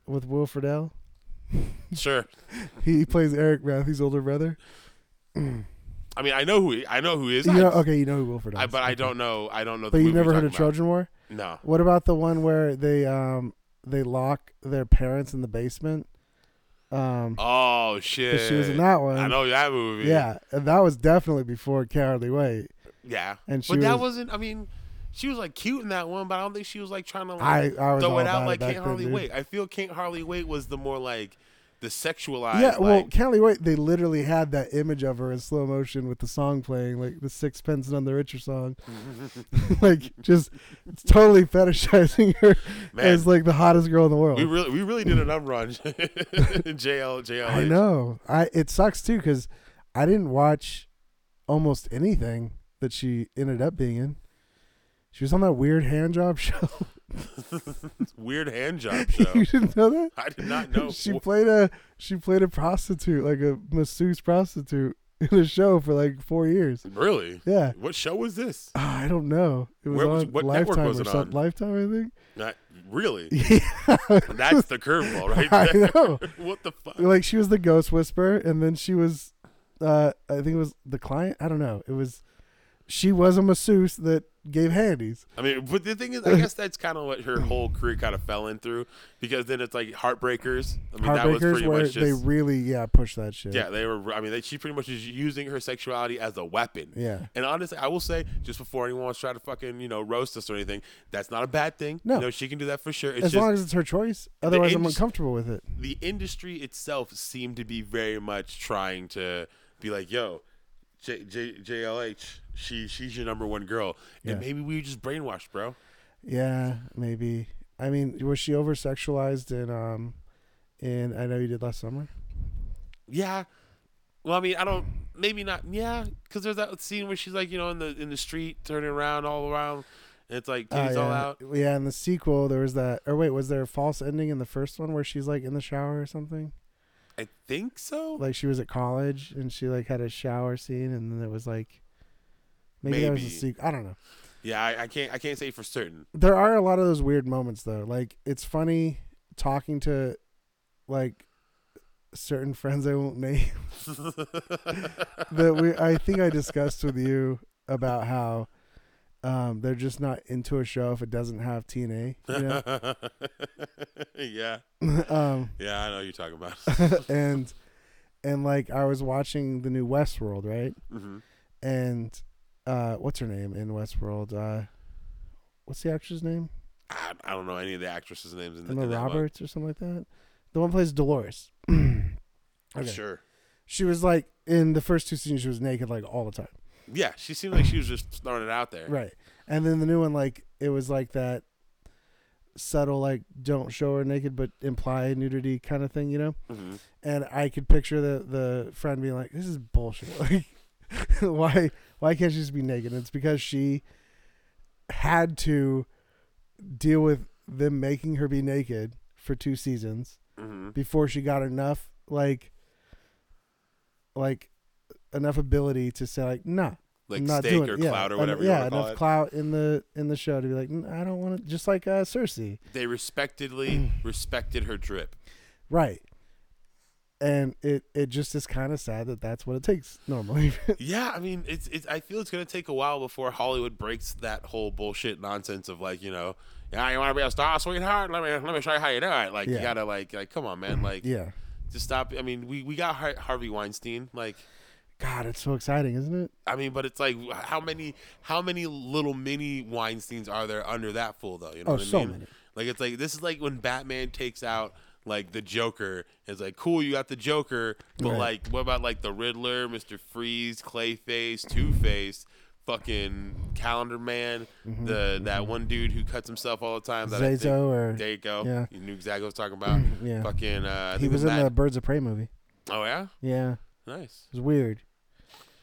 Speaker 2: with Will Friedle.
Speaker 1: Sure.
Speaker 2: He plays Eric Matthews' older brother.
Speaker 1: I mean, I know who he, I know who he is.
Speaker 2: You
Speaker 1: I-
Speaker 2: know, okay, you know who Will Friedle.
Speaker 1: I,
Speaker 2: is.
Speaker 1: but I don't know. I don't know. The
Speaker 2: But you
Speaker 1: movie
Speaker 2: never
Speaker 1: you're
Speaker 2: heard of
Speaker 1: talking
Speaker 2: Trojan War?
Speaker 1: about.
Speaker 2: What about the one where they um they lock their parents in the basement?
Speaker 1: No.
Speaker 2: Um,
Speaker 1: Oh
Speaker 2: 'cause
Speaker 1: shit.
Speaker 2: she was in that one.
Speaker 1: I know that movie.
Speaker 2: Yeah, and that was definitely before Cowardly Way.
Speaker 1: Yeah.
Speaker 2: And she
Speaker 1: but that
Speaker 2: was-
Speaker 1: wasn't. I mean, she was like cute in that one, but I don't think she was like trying to
Speaker 2: I, I
Speaker 1: like
Speaker 2: was
Speaker 1: throw
Speaker 2: all
Speaker 1: it
Speaker 2: about
Speaker 1: out like
Speaker 2: back
Speaker 1: Can't Hardly
Speaker 2: then, dude.
Speaker 1: Wait. I feel Can't Hardly Wait was the more like the sexualized.
Speaker 2: Yeah, well,
Speaker 1: like-
Speaker 2: Cowardly Way, they literally had that image of her in slow motion with the song playing, like the Sixpence None the Richer song, like just totally fetishizing her
Speaker 1: Man.
Speaker 2: as like the hottest girl in the world.
Speaker 1: we really we really did an number on JL JL.
Speaker 2: I know. I it sucks too because I didn't watch almost anything that she ended up being in. She was on that weird hand job show.
Speaker 1: Weird hand job show.
Speaker 2: you didn't know that?
Speaker 1: I did not know.
Speaker 2: she played a she played a prostitute like a masseuse prostitute in a show for like four years.
Speaker 1: really.
Speaker 2: Yeah,
Speaker 1: What show was this?
Speaker 2: Ah, I don't know. It was
Speaker 1: Where
Speaker 2: on
Speaker 1: was- what network
Speaker 2: Lifetime
Speaker 1: was
Speaker 2: or
Speaker 1: it
Speaker 2: something.
Speaker 1: on?
Speaker 2: Lifetime,
Speaker 1: Not really.
Speaker 2: I think. Yeah,
Speaker 1: That's the curveball right
Speaker 2: I
Speaker 1: there.
Speaker 2: know.
Speaker 1: what the fuck?
Speaker 2: Like she was the ghost whisperer, and then she was, uh, I think it was the client. I don't know. It was, she was a masseuse that gave handies.
Speaker 1: I mean, but the thing is, I guess that's kind of what her whole career kind of fell in through because then it's like Heartbreakers. I mean, that was
Speaker 2: Heartbreakers,
Speaker 1: pretty
Speaker 2: where
Speaker 1: much
Speaker 2: they
Speaker 1: just.
Speaker 2: really yeah push that shit.
Speaker 1: yeah, they were. I mean, they, she pretty much is using her sexuality as a weapon.
Speaker 2: Yeah.
Speaker 1: And honestly, I will say, just before anyone wants to try to fucking, you know, roast us or anything, that's not a bad thing.
Speaker 2: No.
Speaker 1: You know, she can do that for sure. It's
Speaker 2: As
Speaker 1: just
Speaker 2: long as it's her choice. Otherwise, I'm
Speaker 1: indus-
Speaker 2: uncomfortable with it.
Speaker 1: the industry itself seemed to be very much trying to be like, yo, J- J- JLH, she, she's your number one girl. And
Speaker 2: Yeah.
Speaker 1: maybe we were just brainwashed, bro.
Speaker 2: Yeah, maybe. I mean, was she over sexualized in um in I know you did last summer?
Speaker 1: Yeah. Well, I mean, I don't. Maybe not. Yeah, because there's that scene where she's like, you know, in the in the street, turning around all around, and it's like
Speaker 2: Oh,
Speaker 1: titties
Speaker 2: yeah.
Speaker 1: all out.
Speaker 2: Yeah, in the sequel there was that or wait, was there a false ending in the first one where she's like in the shower or something?
Speaker 1: I think so.
Speaker 2: Like she was at college and she like had a shower scene and then it was like maybe, that was the
Speaker 1: Maybe.
Speaker 2: sequel. I don't know.
Speaker 1: yeah, I, I can't. I can't say for certain.
Speaker 2: There are a lot of those weird moments though. Like it's funny talking to like certain friends I won't name that we I think I discussed with you about how um, they're just not into a show if it doesn't have TNA. You
Speaker 1: yeah,
Speaker 2: know? um,
Speaker 1: yeah, I know what you're talking about.
Speaker 2: and and like I was watching the new Westworld, right?
Speaker 1: hmm
Speaker 2: And uh, what's her name in Westworld? Uh, what's the actress' name?
Speaker 1: I, I don't know any of the actresses' names in, the,
Speaker 2: Emma
Speaker 1: in that book.
Speaker 2: Roberts or something like that. The one plays Dolores. Okay.
Speaker 1: Sure.
Speaker 2: She was like in the first two seasons, she was naked like all the time.
Speaker 1: Yeah, she seemed like she was just throwing it out there.
Speaker 2: Right. And then the new one, like, it was like that subtle, like, don't show her naked, but imply nudity kind of thing, you know?
Speaker 1: hmm
Speaker 2: And I could picture the, the friend being like, this is bullshit. Like, why, why can't she just be naked? And it's because she had to deal with them making her be naked for two seasons
Speaker 1: hmm
Speaker 2: before she got enough, like, like, enough ability to say, like, nah,
Speaker 1: like
Speaker 2: I'm not
Speaker 1: steak
Speaker 2: doing
Speaker 1: or
Speaker 2: it. yeah,
Speaker 1: clout or
Speaker 2: en-
Speaker 1: whatever
Speaker 2: yeah,
Speaker 1: you want to call
Speaker 2: enough
Speaker 1: it.
Speaker 2: clout in the in the show to be like, "Mm, I don't want to. Just like uh, Cersei,
Speaker 1: they respectedly respected her drip.
Speaker 2: right? And it it just is kind of sad that that's what it takes normally.
Speaker 1: Yeah, I mean, it's it's. I feel it's gonna take a while before Hollywood breaks that whole bullshit nonsense of like, you know, yeah, you want to be a star, sweetheart? Let me let me show you how you do it. Like, you
Speaker 2: Yeah. Mm-hmm.
Speaker 1: gotta like, like, come on, man, like,
Speaker 2: yeah,
Speaker 1: just stop. I mean, we we got Har- Harvey Weinstein, like.
Speaker 2: God, it's so exciting, isn't it?
Speaker 1: I mean, but it's like how many how many little mini Weinsteins are there under that fool though? You know
Speaker 2: Oh,
Speaker 1: what I
Speaker 2: so
Speaker 1: mean?
Speaker 2: many.
Speaker 1: Like it's like this is like when Batman takes out like the Joker. It's like cool, you got the Joker, but
Speaker 2: Right.
Speaker 1: like what about like the Riddler, Mister Freeze, Clayface, Two Face, fucking Calendar Man,
Speaker 2: Mm-hmm.
Speaker 1: the that one dude who cuts himself all the time. That I think-
Speaker 2: Zazo or
Speaker 1: there you go.
Speaker 2: Yeah.
Speaker 1: You knew exactly what I was talking about.
Speaker 2: yeah,
Speaker 1: Fucking uh, I
Speaker 2: he
Speaker 1: think
Speaker 2: was in the
Speaker 1: Matt-
Speaker 2: Birds of Prey movie.
Speaker 1: Oh yeah,
Speaker 2: Yeah,
Speaker 1: nice.
Speaker 2: it was weird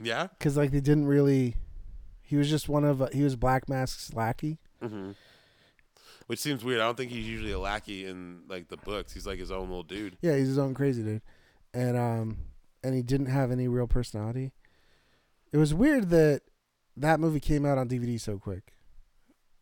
Speaker 1: Yeah.
Speaker 2: because like they didn't really. He was just one of uh, he was Black Mask's lackey.
Speaker 1: hmm Which seems weird. I don't think he's usually a lackey in like the books. He's like his own little dude.
Speaker 2: Yeah, he's his own crazy dude, and um, and he didn't have any real personality. It was weird that that movie came out on DVD so quick.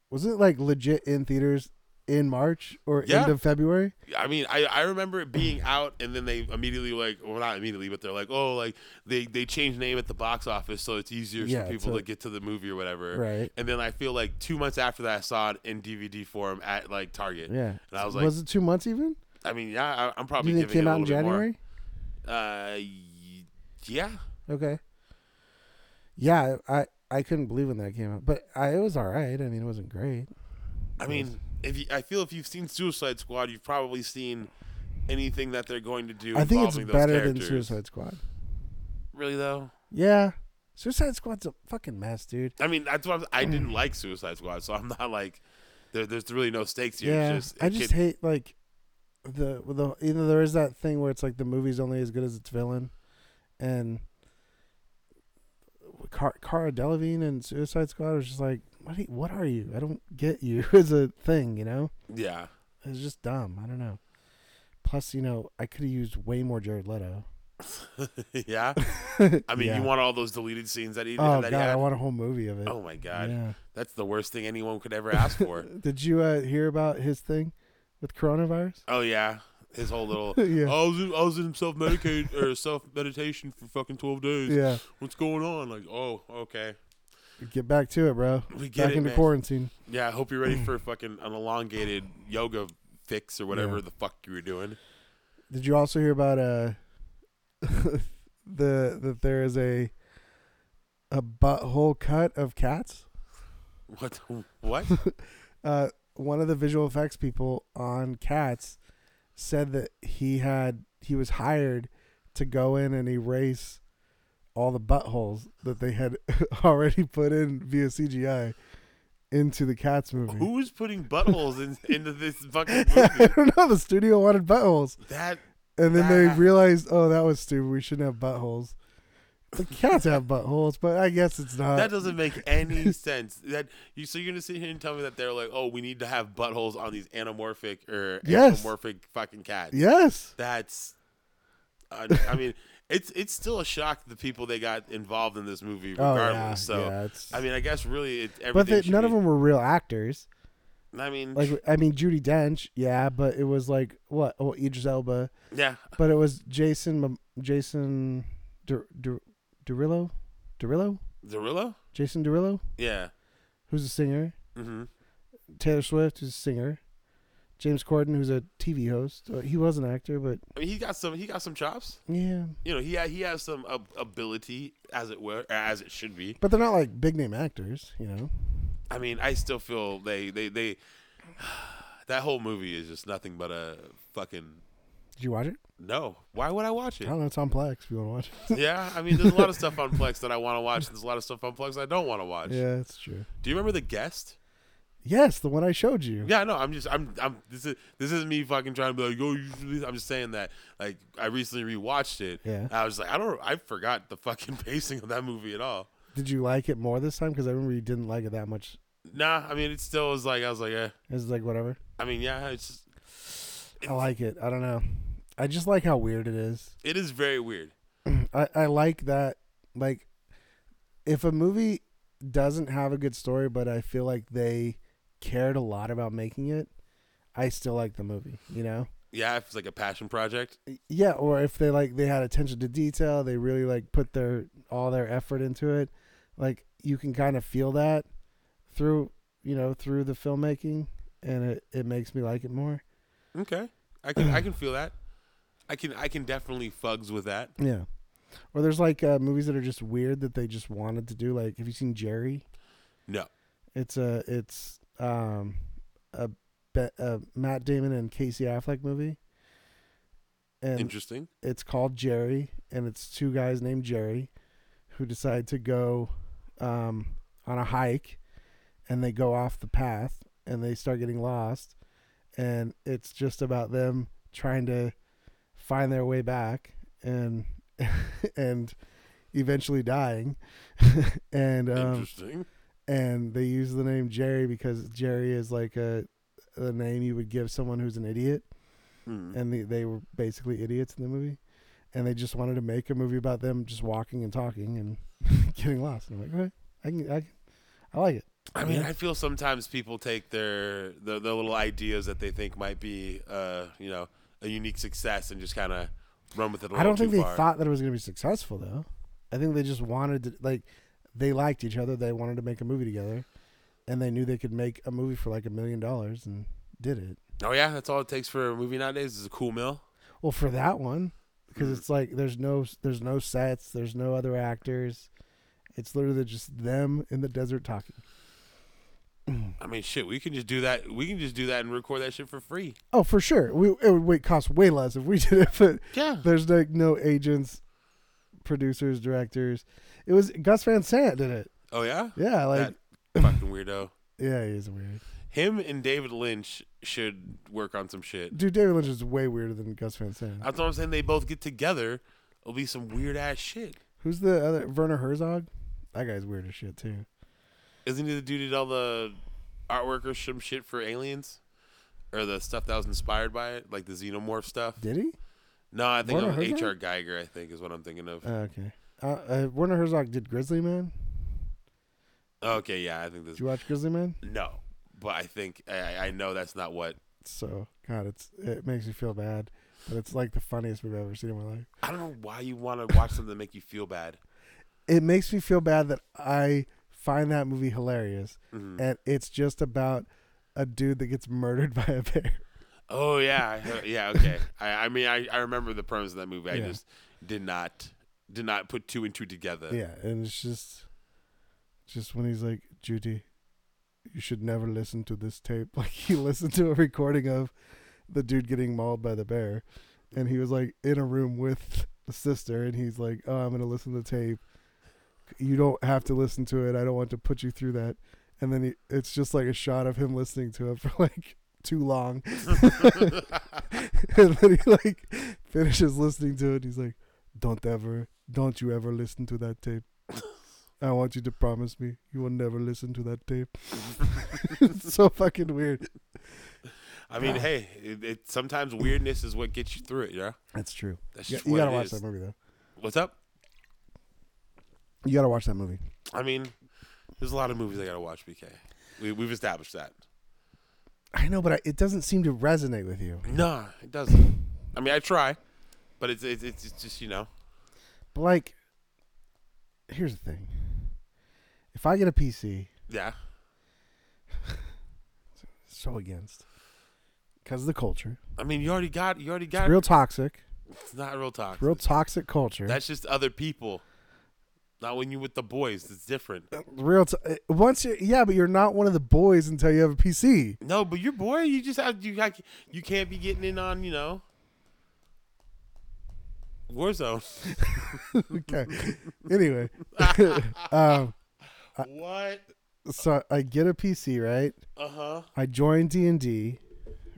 Speaker 2: Was it like legit in theaters in March or
Speaker 1: Yeah.
Speaker 2: end of February?
Speaker 1: I mean, I, I remember it being out, and then they immediately like, well, not immediately, but they're like, oh, like they they changed name at the box office, so it's easier
Speaker 2: Yeah,
Speaker 1: for people
Speaker 2: so-
Speaker 1: to get to the movie or whatever.
Speaker 2: Right.
Speaker 1: And then I feel like two months after that, I saw it in DVD form at like Target.
Speaker 2: Yeah.
Speaker 1: And I was like,
Speaker 2: was it two months even?
Speaker 1: I mean, yeah, I, I'm
Speaker 2: Do
Speaker 1: probably
Speaker 2: you think it
Speaker 1: giving
Speaker 2: came
Speaker 1: it a
Speaker 2: out in
Speaker 1: little bit more. Uh,
Speaker 2: January?
Speaker 1: y- yeah,
Speaker 2: Okay. Yeah, I I couldn't believe when that came out, but I, it was all right. I mean, it wasn't great.
Speaker 1: I mean, if you, I feel if you've seen Suicide Squad, you've probably seen anything that they're going to do.
Speaker 2: I think it's
Speaker 1: involving those
Speaker 2: better than
Speaker 1: characters.
Speaker 2: Suicide Squad.
Speaker 1: Really though,
Speaker 2: Yeah, Suicide Squad's a fucking mess, dude.
Speaker 1: I mean, that's what I'm, I didn't
Speaker 2: Mm.
Speaker 1: like Suicide Squad, so I'm not like there, there's really no stakes here.
Speaker 2: yeah,
Speaker 1: it's just,
Speaker 2: I
Speaker 1: it
Speaker 2: just
Speaker 1: can-
Speaker 2: hate like the the either there is that thing where it's like the movie's only as good as its villain, and Car- Cara Delevingne and Suicide Squad was just like, what? Are you, what are you? I don't get you as a thing, you know?
Speaker 1: yeah,
Speaker 2: It's just dumb. I don't know. Plus, you know, I could have used way more Jared Leto.
Speaker 1: yeah. I mean,
Speaker 2: Yeah.
Speaker 1: you want all those deleted scenes that he,
Speaker 2: Oh
Speaker 1: that
Speaker 2: god,
Speaker 1: he had.
Speaker 2: I want a whole movie of it.
Speaker 1: oh my god,
Speaker 2: Yeah.
Speaker 1: that's the worst thing anyone could ever ask for.
Speaker 2: Did you uh, hear about his thing with coronavirus?
Speaker 1: oh yeah, his whole little.
Speaker 2: yeah.
Speaker 1: I was in, I was in self medicate or self meditation for fucking twelve days.
Speaker 2: Yeah.
Speaker 1: What's going on? Like, oh, okay,
Speaker 2: Get back to it, bro.
Speaker 1: we get
Speaker 2: Back
Speaker 1: it,
Speaker 2: into
Speaker 1: man.
Speaker 2: quarantine.
Speaker 1: Yeah, I hope you're ready for fucking an elongated yoga fix or whatever
Speaker 2: Yeah.
Speaker 1: the fuck you were doing.
Speaker 2: Did you also hear about uh the that there is a a butthole cut of cats?
Speaker 1: What? What?
Speaker 2: Uh, one of the visual effects people on Cats said that he had he was hired to go in and erase all the buttholes that they had already put in via CGI into the Cats movie.
Speaker 1: Who is putting buttholes in, into this fucking
Speaker 2: I
Speaker 1: movie?
Speaker 2: don't know. The studio wanted buttholes,
Speaker 1: That
Speaker 2: and then they
Speaker 1: Ah.
Speaker 2: realized, oh, that was stupid. We shouldn't have buttholes. The cats have buttholes, but I guess it's not.
Speaker 1: that doesn't make any sense. That you so you're gonna sit here and tell me that they're like, oh, we need to have buttholes on these anamorphic or
Speaker 2: Yes.
Speaker 1: anthropomorphic fucking cats.
Speaker 2: yes,
Speaker 1: That's, uh, I mean, it's it's still a shock to the people they got involved in this movie
Speaker 2: oh
Speaker 1: regardless.
Speaker 2: yeah,
Speaker 1: so
Speaker 2: yeah. It's,
Speaker 1: I mean, I guess really it, everything.
Speaker 2: but they,
Speaker 1: should
Speaker 2: none of
Speaker 1: be-
Speaker 2: them were real actors.
Speaker 1: I mean,
Speaker 2: Like I mean, Judy Dench, yeah, but it was like what? Oh, Idris Elba,
Speaker 1: yeah,
Speaker 2: but it was Jason, Mom- Jason, Dur- Dur- Durillo, Durillo,
Speaker 1: Zorilla.
Speaker 2: Jason Durillo,
Speaker 1: Yeah.
Speaker 2: who's a singer.
Speaker 1: Mm-hmm.
Speaker 2: Taylor Swift, who's a singer. James Corden, who's a TV host. Uh, he was an actor, but
Speaker 1: I mean, he got some. He got some chops.
Speaker 2: yeah,
Speaker 1: You know, he ha- he has some ab- ability, as it were, as it should be.
Speaker 2: But they're not like big name actors, you know.
Speaker 1: I mean, I still feel they they they. That whole movie is just nothing but a fucking
Speaker 2: Did you watch it?
Speaker 1: no. Why would I watch
Speaker 2: I
Speaker 1: it?
Speaker 2: don't know. It's on Plex. If you want to watch it.
Speaker 1: Yeah, I mean, there's a lot of stuff on Plex that I want to watch. There's a lot of stuff on Plex I don't want to watch.
Speaker 2: yeah, that's true.
Speaker 1: Do you remember the guest?
Speaker 2: Yes, the one I showed you.
Speaker 1: Yeah, no, I'm just I'm I'm this is this isn't me fucking trying to be like oh you should do-" I'm just saying that like I recently rewatched it.
Speaker 2: Yeah.
Speaker 1: I was like I don't I forgot the fucking pacing of that movie at all.
Speaker 2: Did you like it more this time? Because I remember you didn't like it that much.
Speaker 1: Nah, I mean it still was like I was like eh.
Speaker 2: It was like whatever.
Speaker 1: I mean, yeah, it's
Speaker 2: I like it. I don't know. I just like how weird it is.
Speaker 1: it is very weird.
Speaker 2: I I like that. Like if a movie doesn't have a good story, but I feel like they cared a lot about making it, I still like the movie. You know?
Speaker 1: Yeah, if it's like a passion project.
Speaker 2: Yeah. Or if they like they had attention to detail, they really like put their all their effort into it. Like you can kind of feel that through you know through the filmmaking, and it it makes me like it more.
Speaker 1: Okay, I can I can feel that. I can I can definitely fugs with that.
Speaker 2: Yeah. Or there's like uh, movies that are just weird that they just wanted to do. Like, have you seen Jerry?
Speaker 1: No.
Speaker 2: It's a it's um a, be- a Matt Damon and Casey Affleck movie, and
Speaker 1: Interesting.
Speaker 2: it's called Jerry, and it's two guys named Jerry, who decide to go um on a hike, and they go off the path and they start getting lost, and it's just about them trying to find their way back and and eventually dying and um
Speaker 1: Interesting.
Speaker 2: and they use the name Jerry because Jerry is like a the name you would give someone who's an idiot,
Speaker 1: Hmm.
Speaker 2: and they they were basically idiots in the movie, and they just wanted to make a movie about them just walking and talking and getting lost. And I'm like, okay, I can, I can, I like it.
Speaker 1: I mean,
Speaker 2: Yeah.
Speaker 1: I feel sometimes people take their the, the little ideas that they think might be, uh, you know, a unique success and just kind of run with it. I
Speaker 2: I don't think
Speaker 1: too
Speaker 2: they
Speaker 1: far.
Speaker 2: thought that it was going to be successful though. I think they just wanted to like they liked each other. They wanted to make a movie together, and they knew they could make a movie for like a million dollars and did it.
Speaker 1: Oh yeah, that's all it takes for a movie nowadays is a cool meal.
Speaker 2: Well, for that one, because
Speaker 1: Mm.
Speaker 2: it's like there's no there's no sets, there's no other actors. It's literally just them in the desert talking.
Speaker 1: I mean, shit, we can just do that. We can just do that and record that shit for free.
Speaker 2: Oh, for sure, we it would wait, cost way less if we did it, but
Speaker 1: Yeah.
Speaker 2: there's like no agents, producers, directors. It was Gus Van Sant did it.
Speaker 1: Oh yeah.
Speaker 2: Yeah, like
Speaker 1: that fucking weirdo.
Speaker 2: yeah, he's weird.
Speaker 1: Him and David Lynch should work on some shit.
Speaker 2: Dude, David Lynch is way weirder than Gus Van Sant.
Speaker 1: That's what I'm saying. They both get together. It'll be some weird ass shit.
Speaker 2: Who's the other Werner Herzog? That guy's weird as shit too.
Speaker 1: Isn't he the dude who did all the artwork or some shit for aliens? Or the stuff that was inspired by it, like the xenomorph stuff?
Speaker 2: Did he?
Speaker 1: No, I think
Speaker 2: Werner
Speaker 1: of
Speaker 2: Herzog?
Speaker 1: H.R. Geiger, I think, is what I'm thinking of.
Speaker 2: Uh, okay. Uh, uh, Werner Herzog did Grizzly Man.
Speaker 1: okay, yeah, I think this.
Speaker 2: Did you watch Grizzly Man?
Speaker 1: No, but I think, I- I, I know that's not what.
Speaker 2: So God, it's it makes me feel bad, but it's like the funniest movie I've ever seen in my life.
Speaker 1: I don't know why you want to watch something that make you feel bad.
Speaker 2: It makes me feel bad that I find that movie hilarious,
Speaker 1: Mm-hmm.
Speaker 2: and it's just about a dude that gets murdered by a bear.
Speaker 1: Oh, yeah. I heard- yeah, okay. I, I mean, I, I remember the premise of that movie. I
Speaker 2: Yeah.
Speaker 1: just did not did not put two and two together.
Speaker 2: Yeah, and it's just, just when he's like, Judy, you should never listen to this tape. Like he listened to a recording of the dude getting mauled by the bear, and he was like in a room with the sister, and he's like, "Oh, I'm gonna listen to the tape. You don't have to listen to it. I don't want to put you through that." And then he, it's just like a shot of him listening to it for like too long, and then he like finishes listening to it. he's like, "Don't ever, don't you ever listen to that tape. I want you to promise me you will never listen to that tape." it's so fucking weird.
Speaker 1: I mean,
Speaker 2: God.
Speaker 1: hey, it, it, sometimes weirdness is what gets you through it, yeah?
Speaker 2: That's true.
Speaker 1: That's
Speaker 2: Yeah,
Speaker 1: just
Speaker 2: you
Speaker 1: what
Speaker 2: gotta
Speaker 1: it
Speaker 2: watch
Speaker 1: is.
Speaker 2: that movie though.
Speaker 1: What's up?
Speaker 2: You gotta watch that movie.
Speaker 1: I mean, there's a lot of movies I gotta watch, BK. We, we've established that.
Speaker 2: I know, but I, it doesn't seem to resonate with you.
Speaker 1: Nah, it doesn't. I mean, I try, but it's it's, it's it's just you know.
Speaker 2: But like, here's the thing: if I get a PC,
Speaker 1: Yeah,
Speaker 2: so against because of the culture,
Speaker 1: I mean, you already got you already
Speaker 2: it's
Speaker 1: got.
Speaker 2: real toxic,
Speaker 1: It's not real talk.
Speaker 2: it's real toxic culture.
Speaker 1: That's just other people. Not when you with the boys. It's different.
Speaker 2: real t- uh, once you yeah but you're not one of the boys until you have a pc
Speaker 1: No, but your boy, you just have you got you can't be getting in on you know. Warzone.
Speaker 2: okay anyway um
Speaker 1: what?
Speaker 2: so i get a pc right
Speaker 1: Uh huh.
Speaker 2: i join d&d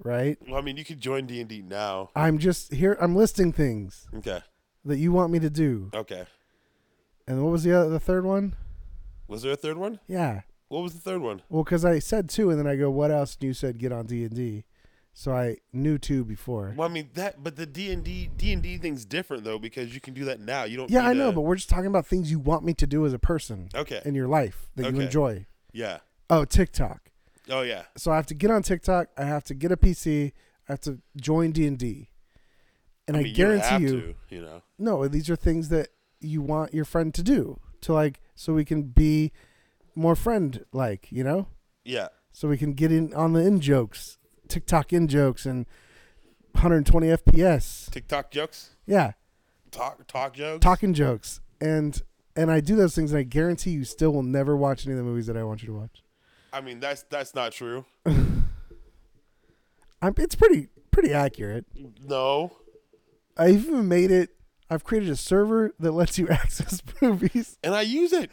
Speaker 2: right
Speaker 1: Well, I mean, you could join D and D now.
Speaker 2: i'm just here i'm listing things
Speaker 1: Okay.
Speaker 2: that you want me to do
Speaker 1: Okay.
Speaker 2: and what was the other the third one
Speaker 1: Was there a third one?
Speaker 2: yeah
Speaker 1: What was the third one?
Speaker 2: well because i said two and then i go what else and you said get on d&d So I knew two before.
Speaker 1: Well, I mean that, but the D and D D and D thing's different though because you can do that now. You don't.
Speaker 2: Yeah,
Speaker 1: need
Speaker 2: I know,
Speaker 1: to-
Speaker 2: but we're just talking about things you want me to do as a person
Speaker 1: okay.
Speaker 2: in your life that you
Speaker 1: Okay.
Speaker 2: enjoy.
Speaker 1: yeah.
Speaker 2: Oh, TikTok.
Speaker 1: Oh yeah.
Speaker 2: So I have to get on TikTok. I have to get a PC. I have to join D and D. And I,
Speaker 1: mean, you would
Speaker 2: guarantee
Speaker 1: have
Speaker 2: you,
Speaker 1: to, you know.
Speaker 2: no, these are things that you want your friend to do to like, so we can be more friend like, you know,
Speaker 1: Yeah.
Speaker 2: so we can get in on the in jokes, TikTok in jokes, and 120 FPS.
Speaker 1: TikTok jokes.
Speaker 2: Yeah,
Speaker 1: Talk talk jokes.
Speaker 2: talking jokes, and and I do those things, and I guarantee you, still will never watch any of the movies that I want you to watch.
Speaker 1: I mean, that's that's not true.
Speaker 2: I'm, it's pretty pretty accurate.
Speaker 1: No.
Speaker 2: I even made it. I've created a server that lets you access movies
Speaker 1: And I use it.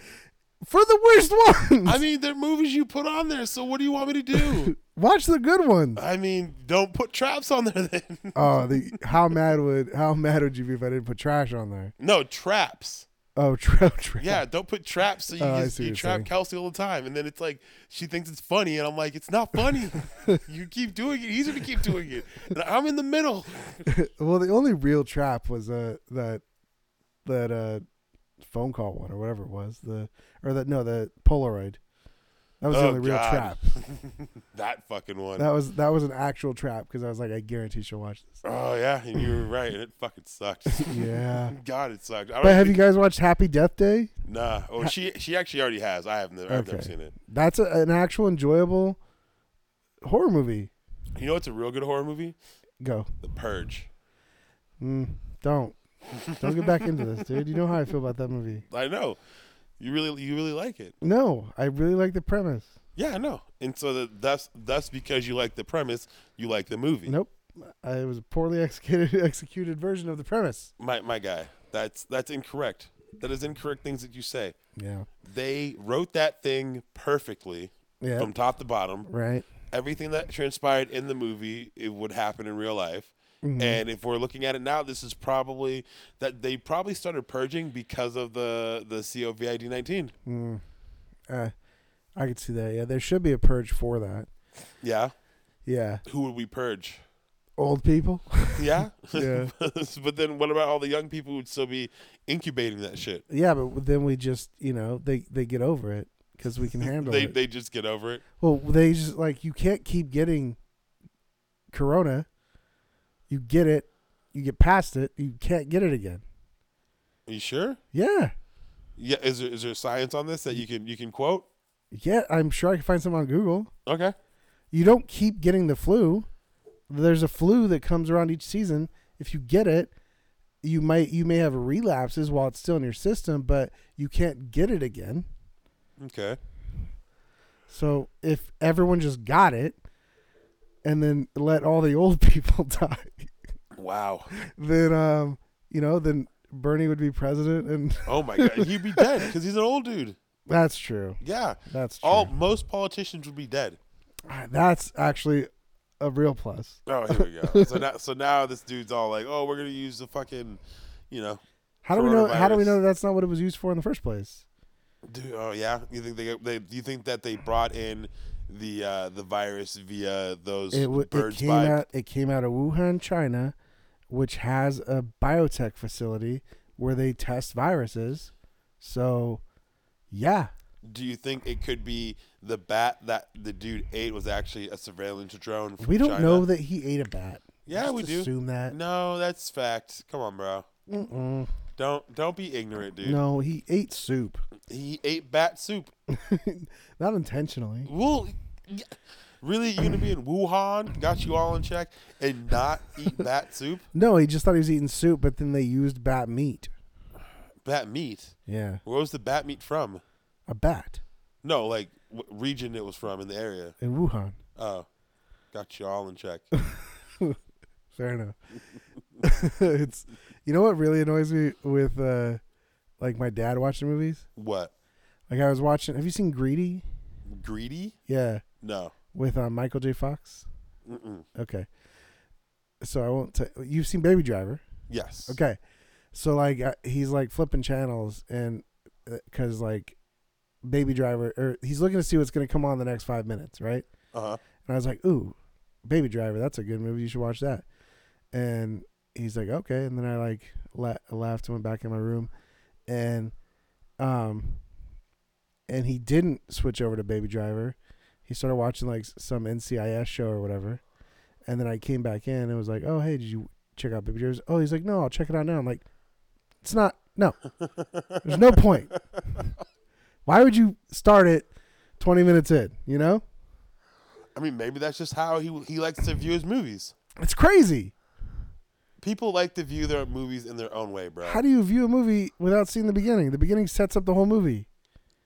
Speaker 2: for the worst ones.
Speaker 1: I mean, they're movies you put on there. So what do you want me to do?
Speaker 2: Watch the good ones.
Speaker 1: I mean, don't put traps on there then.
Speaker 2: Oh, the how mad would how mad would you be if I didn't put trash on there?
Speaker 1: no traps.
Speaker 2: Oh, tra- trash.
Speaker 1: Yeah, don't put traps. So you,
Speaker 2: Oh, I
Speaker 1: just,
Speaker 2: see what
Speaker 1: you
Speaker 2: you're
Speaker 1: trap
Speaker 2: saying.
Speaker 1: Kelsey all the time, and then it's like she thinks it's funny, and I'm like, it's not funny. you keep doing it. He's gonna keep doing it. And I'm in the middle.
Speaker 2: well, the only real trap was uh that that uh phone call one or whatever it was the or that no the Polaroid. That was the
Speaker 1: Oh,
Speaker 2: only real
Speaker 1: God.
Speaker 2: trap.
Speaker 1: That fucking one.
Speaker 2: That was that was an actual trap because I was like, I guarantee she'll watch this.
Speaker 1: oh yeah, and you were right. and It fucking sucked.
Speaker 2: Yeah.
Speaker 1: God, it sucked. I don't
Speaker 2: But have you
Speaker 1: think-
Speaker 2: guys watched Happy Death Day?
Speaker 1: Nah. Oh, she she actually already has. I have never, I've never
Speaker 2: Okay.
Speaker 1: seen it.
Speaker 2: That's a, an actual enjoyable horror movie.
Speaker 1: You know what's a real good horror movie?
Speaker 2: Go.
Speaker 1: The Purge.
Speaker 2: Mm, don't. Don't get back into this, dude. You know how I feel about that movie.
Speaker 1: I know. You really you really like it.
Speaker 2: No, I really like the premise.
Speaker 1: Yeah, I know. And so that that's that's because you like the premise, you like the movie.
Speaker 2: Nope. I it was a poorly executed executed version of the premise.
Speaker 1: My my guy. That's that's incorrect. That is incorrect things that you say.
Speaker 2: Yeah.
Speaker 1: They wrote that thing perfectly
Speaker 2: Yeah.
Speaker 1: from top to bottom.
Speaker 2: right.
Speaker 1: Everything that transpired in the movie, it would happen in real life.
Speaker 2: Mm-hmm.
Speaker 1: And if we're looking at it now, this is probably that they probably started purging because of the the COVID nineteen.
Speaker 2: Mm. Uh, I could see that. Yeah, there should be a purge for that.
Speaker 1: Yeah.
Speaker 2: Yeah.
Speaker 1: Who would we purge?
Speaker 2: Old people.
Speaker 1: Yeah.
Speaker 2: Yeah.
Speaker 1: but then what about all the young people who'd still be incubating that shit?
Speaker 2: yeah, but then we just you know they they get over it because we can handle
Speaker 1: They
Speaker 2: it.
Speaker 1: they just get over it.
Speaker 2: well, they just like you can't keep getting corona. You get it. You get past it. You can't get it again.
Speaker 1: Are you sure?
Speaker 2: Yeah.
Speaker 1: Yeah. Is there is there science on this that you can you can quote?
Speaker 2: Yeah, I'm sure I can find some on Google.
Speaker 1: Okay.
Speaker 2: you don't keep getting the flu. There's a flu that comes around each season. If you get it, you might you may have relapses while it's still in your system, but you can't get it again.
Speaker 1: Okay.
Speaker 2: So if everyone just got it and then let all the old people die,
Speaker 1: Wow.
Speaker 2: then um, you know, then Bernie would be president and
Speaker 1: Oh my god. He'd be dead because he's an old dude.
Speaker 2: that's true.
Speaker 1: Yeah.
Speaker 2: That's true. Ah,
Speaker 1: All most politicians would be dead.
Speaker 2: that's actually a real plus.
Speaker 1: Oh, here we go. so now so now this dude's all like, oh, we're gonna use the fucking, you know,
Speaker 2: How do we know how do we
Speaker 1: Coronavirus.
Speaker 2: know that's not what it was used for in the first place?
Speaker 1: Dude, oh yeah, you think they, they do you think that they brought in the uh, the virus via those
Speaker 2: it, w- it
Speaker 1: birds
Speaker 2: came
Speaker 1: by
Speaker 2: out it came out of Wuhan, China, which has a biotech facility where they test viruses. So, yeah,
Speaker 1: Do you think it could be the bat that the dude ate was actually a surveillance drone? From
Speaker 2: we don't
Speaker 1: China?
Speaker 2: know that he ate a bat.
Speaker 1: Yeah,
Speaker 2: Just
Speaker 1: we do.
Speaker 2: Assume that.
Speaker 1: No, that's fact. Come on, bro.
Speaker 2: Mm-mm.
Speaker 1: Don't don't be ignorant, dude.
Speaker 2: No, he ate soup,
Speaker 1: He ate bat soup.
Speaker 2: not intentionally.
Speaker 1: Well, y- really, you gonna be in Wuhan? Got you all in check and not eat bat soup?
Speaker 2: No, he just thought he was eating soup, but then they used bat meat.
Speaker 1: Bat meat.
Speaker 2: Yeah,
Speaker 1: Where was the bat meat from?
Speaker 2: a bat
Speaker 1: No, like what region it was from in the area.
Speaker 2: in Wuhan.
Speaker 1: Oh, got you all in check.
Speaker 2: Fair enough. it's you know what really annoys me with uh, like my dad watching movies.
Speaker 1: what?
Speaker 2: Like I was watching. Have you seen Greedy?
Speaker 1: Greedy?
Speaker 2: Yeah,
Speaker 1: No.
Speaker 2: with uh, Michael J. Fox.
Speaker 1: Mm-mm.
Speaker 2: Okay. So I won't. T- You've seen Baby Driver.
Speaker 1: Yes.
Speaker 2: Okay. So like uh, he's like flipping channels and because like er, Baby Driver or he's looking to see what's gonna come on in the next five minutes, right?
Speaker 1: Uh huh.
Speaker 2: And I was like, ooh, Baby Driver, that's a good movie. You should watch that. And he's like, okay. And then I like la- laughed and went back in my room, and um, and he didn't switch over to Baby Driver. He started watching like s- some NCIS show or whatever, and then I came back in and was like, oh hey, did you check out Baby Driver? Oh, he's like, no, I'll check it out now. I'm like, it's not. No, there's no point. Why would you start it 20 minutes in? You know,
Speaker 1: I mean, maybe that's just how he he likes to view his movies.
Speaker 2: it's crazy.
Speaker 1: People like to view their movies in their own way, bro.
Speaker 2: How do you view a movie without seeing the beginning? The beginning sets up the whole movie.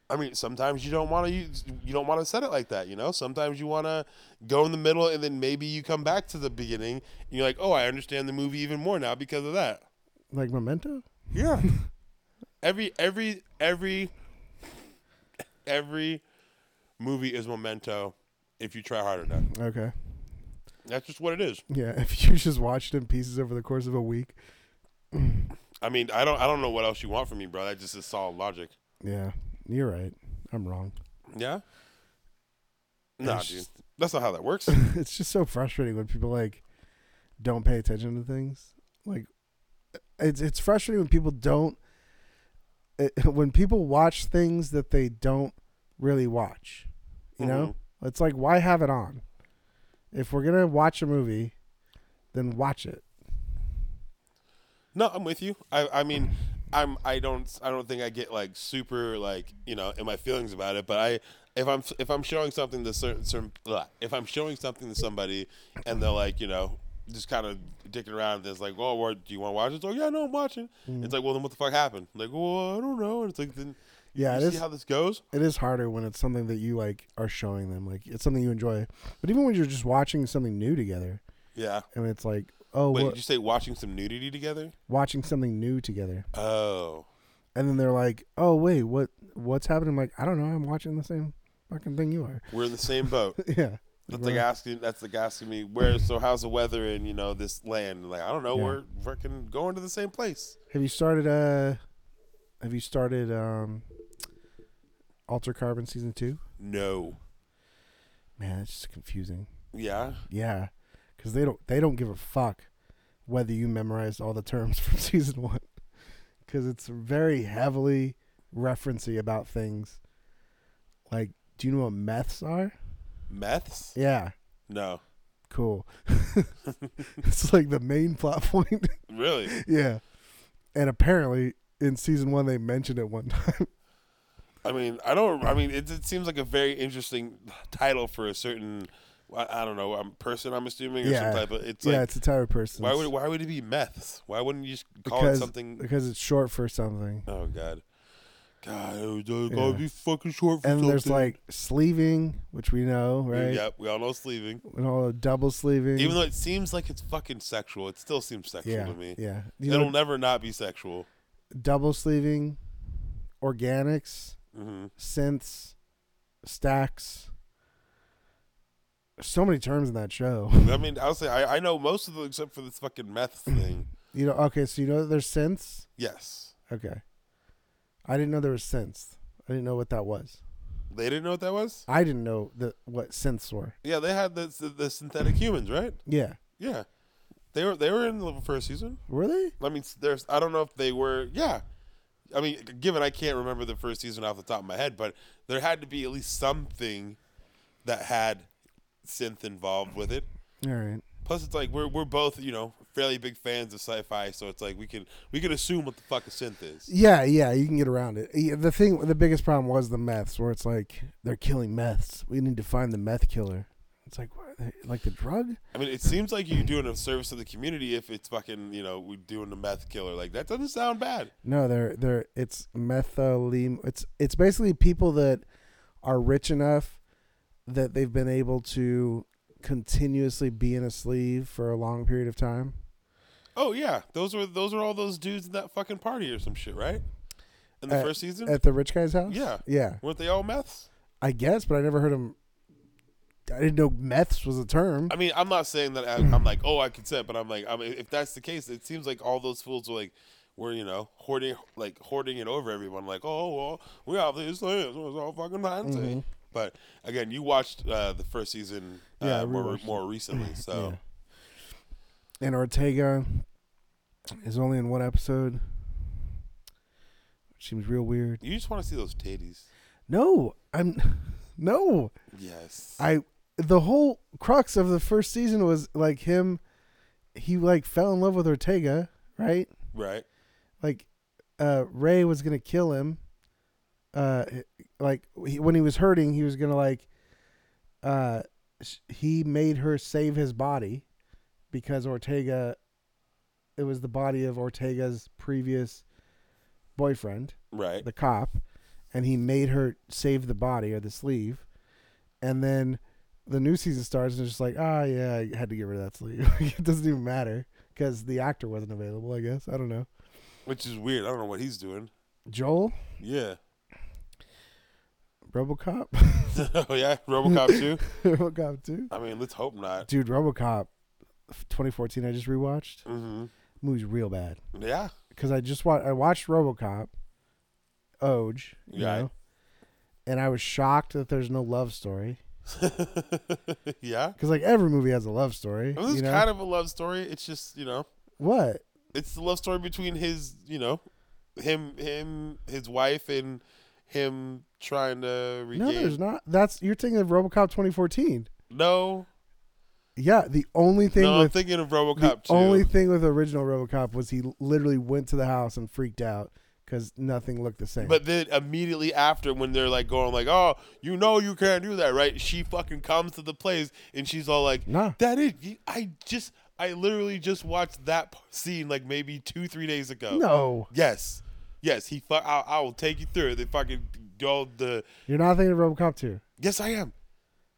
Speaker 1: I mean, sometimes you don't want to use, you don't want to set it like that, you know. Sometimes you want to go in the middle and then maybe you come back to the beginning. And you're like, oh, I understand the movie even more now because of that.
Speaker 2: Like Memento?
Speaker 1: Yeah. every every every every movie is memento if you try hard enough.
Speaker 2: Okay.
Speaker 1: That's just what it is.
Speaker 2: Yeah, if you just watched it in pieces over the course of a week.
Speaker 1: I mean, I don't I don't know what else you want from me, bro. That just is solid logic.
Speaker 2: Yeah, you're right. I'm wrong.
Speaker 1: Yeah. Nah,
Speaker 2: It's
Speaker 1: dude.
Speaker 2: just-
Speaker 1: That's not how that works.
Speaker 2: it's just so frustrating when people like don't pay attention to things. Like it's it's frustrating when people don't it, when people watch things that they don't really watch. You know? It's like why have it on? If we're going to watch a movie, then watch it.
Speaker 1: No, I'm with you. I I mean, I'm I don't I don't think I get like super like you know in my feelings about it, but I if I'm if I'm showing something to certain, certain blah, if I'm showing something to somebody and they're like you know just kind of dicking around, there's like, oh, what, do you want to watch? it? It's like, yeah, no, I'm watching.
Speaker 2: Mm.
Speaker 1: It's like, well, then what the fuck happened? like, well, I don't know. And it's like, then
Speaker 2: Yeah,
Speaker 1: you
Speaker 2: it
Speaker 1: see
Speaker 2: is-
Speaker 1: how this goes.
Speaker 2: it is harder when it's something that you like are showing them like it's something you enjoy but even when you're just watching something new together
Speaker 1: Yeah.
Speaker 2: and it's like oh
Speaker 1: Wait,
Speaker 2: what-
Speaker 1: did you say watching some nudity together?
Speaker 2: watching something new together
Speaker 1: Oh,
Speaker 2: and then they're like oh wait what what's happening i'm like i don't know i'm watching the same fucking thing you are
Speaker 1: we're in the same boat.
Speaker 2: yeah
Speaker 1: That's like asking. That's like asking me where. So how's the weather in you know this land? Like I don't know.
Speaker 2: Yeah.
Speaker 1: We're freaking going to the same place.
Speaker 2: have you started uh have you started um alter carbon season two
Speaker 1: No.
Speaker 2: man it's just confusing
Speaker 1: Yeah.
Speaker 2: yeah because they don't they don't give a fuck whether you memorized all the terms from season one because it's very heavily referency about things like do you know what meths are
Speaker 1: Meths?
Speaker 2: yeah
Speaker 1: No.
Speaker 2: cool it's like the main plot point
Speaker 1: Really?
Speaker 2: yeah and apparently in season one they mentioned it one time
Speaker 1: I mean, I don't. I mean, it, it seems like a very interesting title for a certain. I, I don't know. um person. I'm assuming or
Speaker 2: Yeah.
Speaker 1: some type of. It's
Speaker 2: yeah
Speaker 1: like
Speaker 2: it's a entire person
Speaker 1: why would why would it be meths? Why wouldn't you just call
Speaker 2: Because-
Speaker 1: it something?
Speaker 2: because it's short for something
Speaker 1: Oh God. God, it was, uh,
Speaker 2: Yeah.
Speaker 1: gotta be fucking short for
Speaker 2: and
Speaker 1: something.
Speaker 2: there's like sleeving which we know right
Speaker 1: Yep, we all know sleeving.
Speaker 2: and all the double sleeving
Speaker 1: Even though it seems like it's fucking sexual, it still seems sexual
Speaker 2: yeah,
Speaker 1: to me.
Speaker 2: Yeah. You
Speaker 1: It'll
Speaker 2: know,
Speaker 1: never not be sexual.
Speaker 2: double sleeving, organics,
Speaker 1: hmm
Speaker 2: synths, stacks. So many terms in that show.
Speaker 1: I mean, I'll say I, I know most of them except for this fucking meth thing.
Speaker 2: You know, okay, so you know that there's synths?
Speaker 1: Yes.
Speaker 2: Okay. I didn't know there was synths. I didn't know what that was.
Speaker 1: They didn't know what that was?
Speaker 2: I didn't know that what synths were.
Speaker 1: Yeah, they had the, the, the synthetic humans, right?
Speaker 2: Yeah.
Speaker 1: Yeah. They were they were in the first season.
Speaker 2: Were they?
Speaker 1: I mean, there's I don't know if they were. Yeah. I mean, given I can't remember the first season off the top of my head, but there had to be at least something that had synth involved with it.
Speaker 2: All right.
Speaker 1: Plus, it's like we're we're both you know fairly big fans of sci-fi, so it's like we can we can assume what the fuck a synth is.
Speaker 2: Yeah, yeah, you can get around it. Yeah, The thing, the biggest problem was the meths, where it's like they're killing meths. We need to find the meth killer. It's like, what? like the drug?
Speaker 1: I mean, it seems like you're doing a service to the community if it's fucking you know we're doing the meth killer. Like that doesn't sound bad.
Speaker 2: No, they're they're it's methylene. It's it's basically people that are rich enough that they've been able to continuously be in a sleeve for a long period of time.
Speaker 1: Oh yeah, those were those were all those dudes at that fucking party or some shit, right? In the
Speaker 2: Uh,
Speaker 1: first season,
Speaker 2: At the rich guy's house?
Speaker 1: Yeah.
Speaker 2: Yeah.
Speaker 1: weren't they all meths?
Speaker 2: I guess, but I never heard him I didn't know meths was a term.
Speaker 1: I mean, I'm not saying that I, I'm like, oh, I consent, but I'm like, I mean, if that's the case, it seems like all those fools were like, were you know
Speaker 2: Mm-hmm.
Speaker 1: hoarding like hoarding it over everyone, like, oh well, we have these things, it's all fucking fancy. But again, you watched uh, the first season uh,
Speaker 2: Yeah, I
Speaker 1: more
Speaker 2: rewatched
Speaker 1: more recently, so
Speaker 2: And Ortega is only in one episode. Which seems real weird.
Speaker 1: you just want to see those titties.
Speaker 2: No, I'm no.
Speaker 1: Yes.
Speaker 2: I the whole crux of the first season was like him he like fell in love with Ortega, right?
Speaker 1: right.
Speaker 2: Like uh Ray was going to kill him. Uh like he, when he was hurting, he was going to like uh sh- he made her save his body because Ortega it was the body of Ortega's previous boyfriend
Speaker 1: Right.
Speaker 2: the cop, and he made her save the body or the sleeve, and then the new season starts and it's just like, ah, yeah, I had to get rid of that sleeve. it doesn't even matter because the actor wasn't available. I guess I don't know.
Speaker 1: Which is weird. I don't know what he's doing.
Speaker 2: Joel,
Speaker 1: Yeah.
Speaker 2: RoboCop,
Speaker 1: oh yeah. RoboCop two.
Speaker 2: RoboCop two,
Speaker 1: I mean, let's hope not.
Speaker 2: dude, RoboCop, 2014. I just rewatched.
Speaker 1: hmm
Speaker 2: Movie's real bad
Speaker 1: Yeah.
Speaker 2: because I just watched. I watched RoboCop, Oge, you
Speaker 1: Yeah.
Speaker 2: know, and I was shocked that there's no love story
Speaker 1: yeah.
Speaker 2: because like every movie has a love story.
Speaker 1: I mean, it's
Speaker 2: you know?
Speaker 1: kind of a love story. It's just you know,
Speaker 2: what?
Speaker 1: it's the love story between his you know, him him his wife and him trying to regain.
Speaker 2: No, there's not. That's you're thinking of RoboCop 2014.
Speaker 1: No,
Speaker 2: Yeah, the only thing
Speaker 1: no, I'm
Speaker 2: with
Speaker 1: thinking of
Speaker 2: the
Speaker 1: RoboCop two.
Speaker 2: only thing with original RoboCop was he literally went to the house and freaked out because nothing looked the same.
Speaker 1: But then immediately after, when they're like going like, "Oh, you know you can't do that, right?" She fucking comes to the place and she's all like,
Speaker 2: Nah.
Speaker 1: that is. I just, I literally just watched that p- scene like maybe two, three days ago."
Speaker 2: no,
Speaker 1: Yes, yes. He, fu- I, I will take you through. it. They fucking go the.
Speaker 2: you're not thinking of RoboCop 2.
Speaker 1: Yes, I am.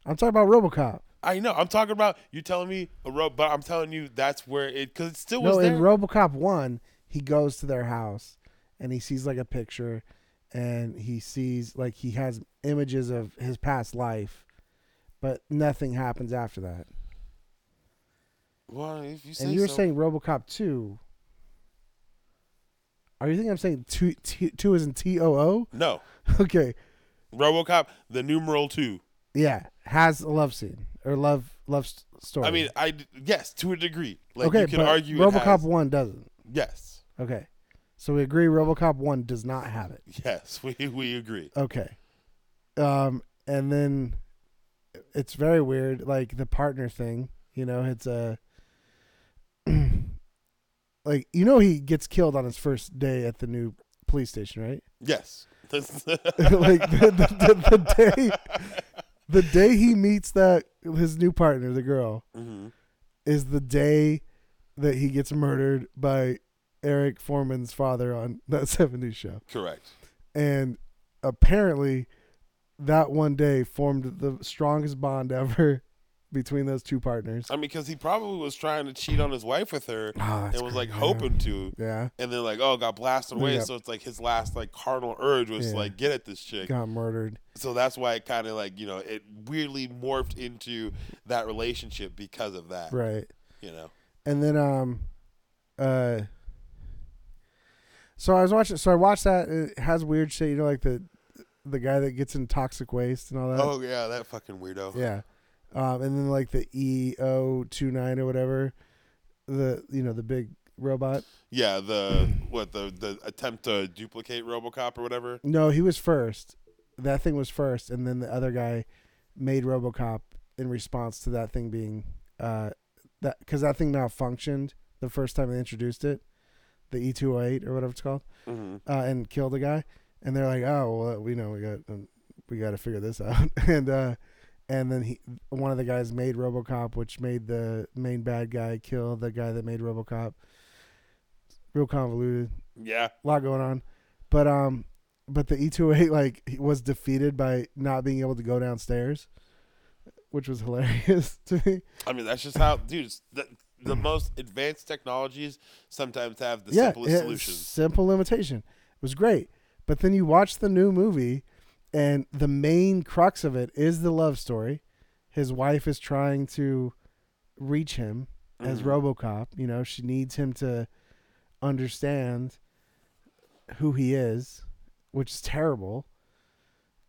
Speaker 2: I'm talking about RoboCop.
Speaker 1: I know. I'm talking about you telling me a rope, but I'm telling you that's where it because it still was
Speaker 2: No,
Speaker 1: there.
Speaker 2: in RoboCop 1, he goes to their house and he sees like a picture and he sees like he has images of his past life, but nothing happens after that.
Speaker 1: well, if you say
Speaker 2: And you were
Speaker 1: so.
Speaker 2: saying RoboCop two. Are you thinking I'm saying two t- two is in T O O?
Speaker 1: no,
Speaker 2: Okay,
Speaker 1: RoboCop, the numeral two.
Speaker 2: yeah, has a love scene or love love s- story.
Speaker 1: I mean, I d- yes, to a degree. Like
Speaker 2: okay,
Speaker 1: you can
Speaker 2: but
Speaker 1: argue it
Speaker 2: RoboCop
Speaker 1: has-
Speaker 2: one doesn't.
Speaker 1: Yes,
Speaker 2: Okay, so we agree RoboCop one does not have it.
Speaker 1: yes, we we agree.
Speaker 2: Okay, um, and then it's very weird, like the partner thing. You know, it's a like you know he gets killed on his first day at the new police station, right?
Speaker 1: Yes, Mm-hmm. That's-
Speaker 2: like the, the, the, the day the day he meets that his new partner the girl
Speaker 1: Mhm.
Speaker 2: is the day that he gets murdered by eric foreman's father on that 70s show
Speaker 1: correct.
Speaker 2: and apparently that one day formed the strongest bond ever between those two partners
Speaker 1: I mean, because he probably was trying to cheat on his wife with her
Speaker 2: Ah, that's
Speaker 1: and was like
Speaker 2: crazy.
Speaker 1: hoping to,
Speaker 2: yeah
Speaker 1: and then like oh got blasted away.
Speaker 2: Yeah.
Speaker 1: So it's like his last like carnal urge was
Speaker 2: Yeah.
Speaker 1: like get at this chick.
Speaker 2: got murdered
Speaker 1: So that's why it kind of like you know it weirdly morphed into that relationship because of that.
Speaker 2: right
Speaker 1: You know.
Speaker 2: and then um uh so i was watching so i watched that it has weird shit you know like the the guy that gets in toxic waste and all that
Speaker 1: oh yeah, that fucking weirdo.
Speaker 2: Uh, yeah um and then like the E eo29 or whatever the you know the big robot
Speaker 1: Yeah, the what the the attempt to duplicate RoboCop or whatever.
Speaker 2: no he was first that thing was first and then the other guy made robocop in response to that thing being uh that because that thing malfunctioned the first time they introduced it the E e208 or whatever it's called
Speaker 1: Mm-hmm.
Speaker 2: uh, and killed a guy, and they're like, "Oh, well, we know we got um, we got to figure this out." and uh, and then he one of the guys made RoboCop, which made the main bad guy kill the guy that made RoboCop. Real convoluted,
Speaker 1: Yeah.
Speaker 2: a lot going on, but um, but the E two eight like he was defeated by not being able to go downstairs, which was hilarious to me.
Speaker 1: I mean, that's just how, dude. it's The, the most advanced technologies sometimes have the simplest
Speaker 2: it's
Speaker 1: solutions.
Speaker 2: Simple limitation. It was great. But then you watch the new movie and the main crux of it is the love story. His wife is trying to reach him as
Speaker 1: Mm-hmm.
Speaker 2: RoboCop, you know, she needs him to understand who he is, which is terrible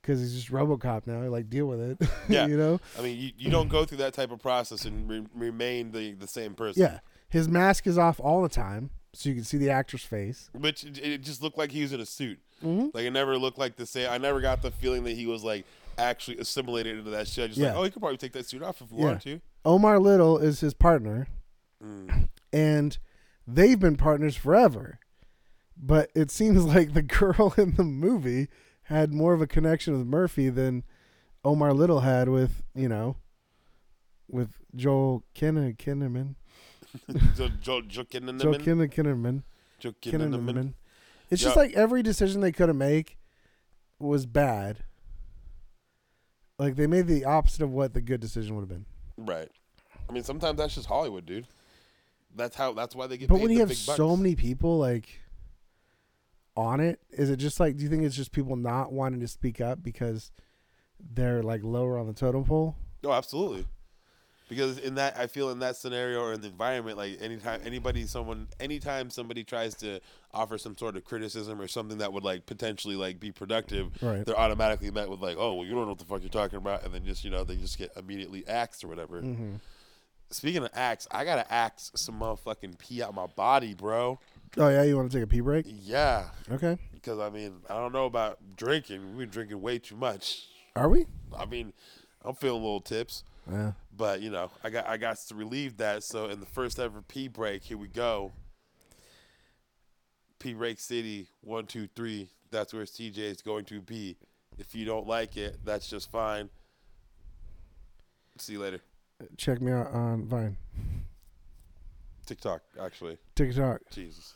Speaker 2: because he's just RoboCop now. Like deal with it.
Speaker 1: Yeah.
Speaker 2: you know.
Speaker 1: I mean, you, you don't go through that type of process and re- remain the, the same person.
Speaker 2: Yeah, his mask is off all the time, so you can see the actor's face.
Speaker 1: Which it, it just looked like he was in a suit.
Speaker 2: Mm-hmm.
Speaker 1: Like it never looked like the same. I never got the feeling that he was like actually assimilated into that shit. Just
Speaker 2: Yeah.
Speaker 1: like, oh, you could probably take that suit off if you
Speaker 2: Yeah.
Speaker 1: wanted to.
Speaker 2: Omar Little is his partner, and they've been partners forever. But it seems like the girl in the movie had more of a connection with Murphy than Omar Little had with you know, with Joel Kinna- Kinnaman,
Speaker 1: Jo- jo- jo- Kinnaman?
Speaker 2: Joel Kinna- Kinnaman,
Speaker 1: Jo- Kinnaman.
Speaker 2: Kinnaman. It's just
Speaker 1: Yeah.
Speaker 2: like every decision they could have make was bad. Like they made the opposite of what the good decision would have been.
Speaker 1: Right. I mean, sometimes that's just Hollywood, dude. That's how. That's why they get.
Speaker 2: But
Speaker 1: paid
Speaker 2: when
Speaker 1: the
Speaker 2: you have
Speaker 1: big bucks.
Speaker 2: so many people like on it, is it just like do you think it's just people not wanting to speak up because they're like lower on the totem pole?
Speaker 1: Oh, absolutely. Because in that, I feel in that scenario or in the environment, like anytime anybody, someone, anytime somebody tries to offer some sort of criticism or something that would like potentially like be productive,
Speaker 2: Right.
Speaker 1: they're automatically met with like, oh, well, you don't know what the fuck you're talking about, and then just you know they just get immediately axed or whatever. Speaking of axe, I gotta axe some motherfucking pee out my body, bro.
Speaker 2: Oh yeah, you want to take a pee break?
Speaker 1: Yeah,
Speaker 2: Okay.
Speaker 1: because I mean, I don't know about drinking. We've been drinking way too much.
Speaker 2: Are we?
Speaker 1: I mean, I'm feeling little tips.
Speaker 2: Yeah.
Speaker 1: But you know, I got I got to relieve that. So in the first ever P break, here we go. P break city one two three. That's where CJ is going to be. If you don't like it, that's just fine. See you later.
Speaker 2: Check me out on Vine,
Speaker 1: TikTok, actually,
Speaker 2: TikTok.
Speaker 1: Jesus.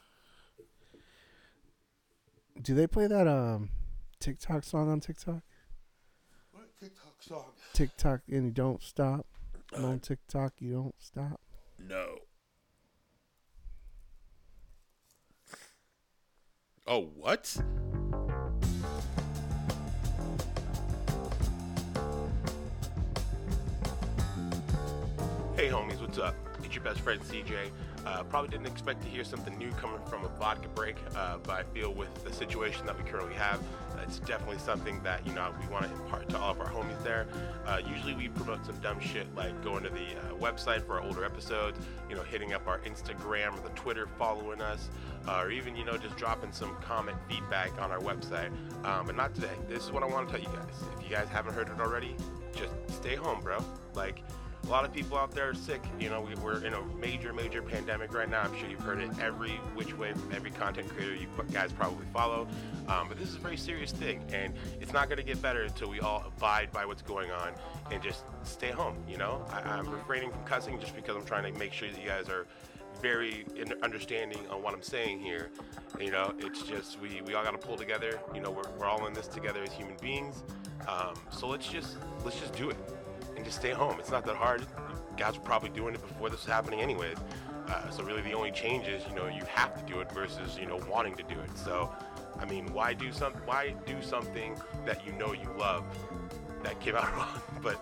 Speaker 2: Do they play that um TikTok song on TikTok?
Speaker 1: What TikTok song?
Speaker 2: TikTok and you don't stop. I'm on TikTok, you don't stop.
Speaker 1: No. Oh what?
Speaker 3: Hey homies, what's up? It's your best friend CJ. Uh, probably didn't expect to hear something new coming from a vodka break, uh, but I feel with the situation that we currently have, uh, it's definitely something that you know we want to impart to all of our homies there. Uh, usually we promote some dumb shit like going to the uh, website for our older episodes, you know, hitting up our Instagram or the Twitter, following us, uh, or even you know just dropping some comment feedback on our website. Um, but not today. This is what I want to tell you guys. If you guys haven't heard it already, just stay home, bro. Like. A lot of people out there are sick. You know, we, we're in a major, major pandemic right now. I'm sure you've heard it every which way from every content creator you guys probably follow. Um, but this is a very serious thing, and it's not going to get better until we all abide by what's going on and just stay home. You know, I, I'm refraining from cussing just because I'm trying to make sure that you guys are very in understanding on what I'm saying here. You know, it's just we, we all got to pull together. You know, we're, we're all in this together as human beings. Um, so let's just let's just do it and just stay home. It's not that hard. You guys were probably doing it before this was happening, anyways. Uh, so really, the only change is you know you have to do it versus you know wanting to do it. So, I mean, why do some? Why do something that you know you love? That came out wrong. But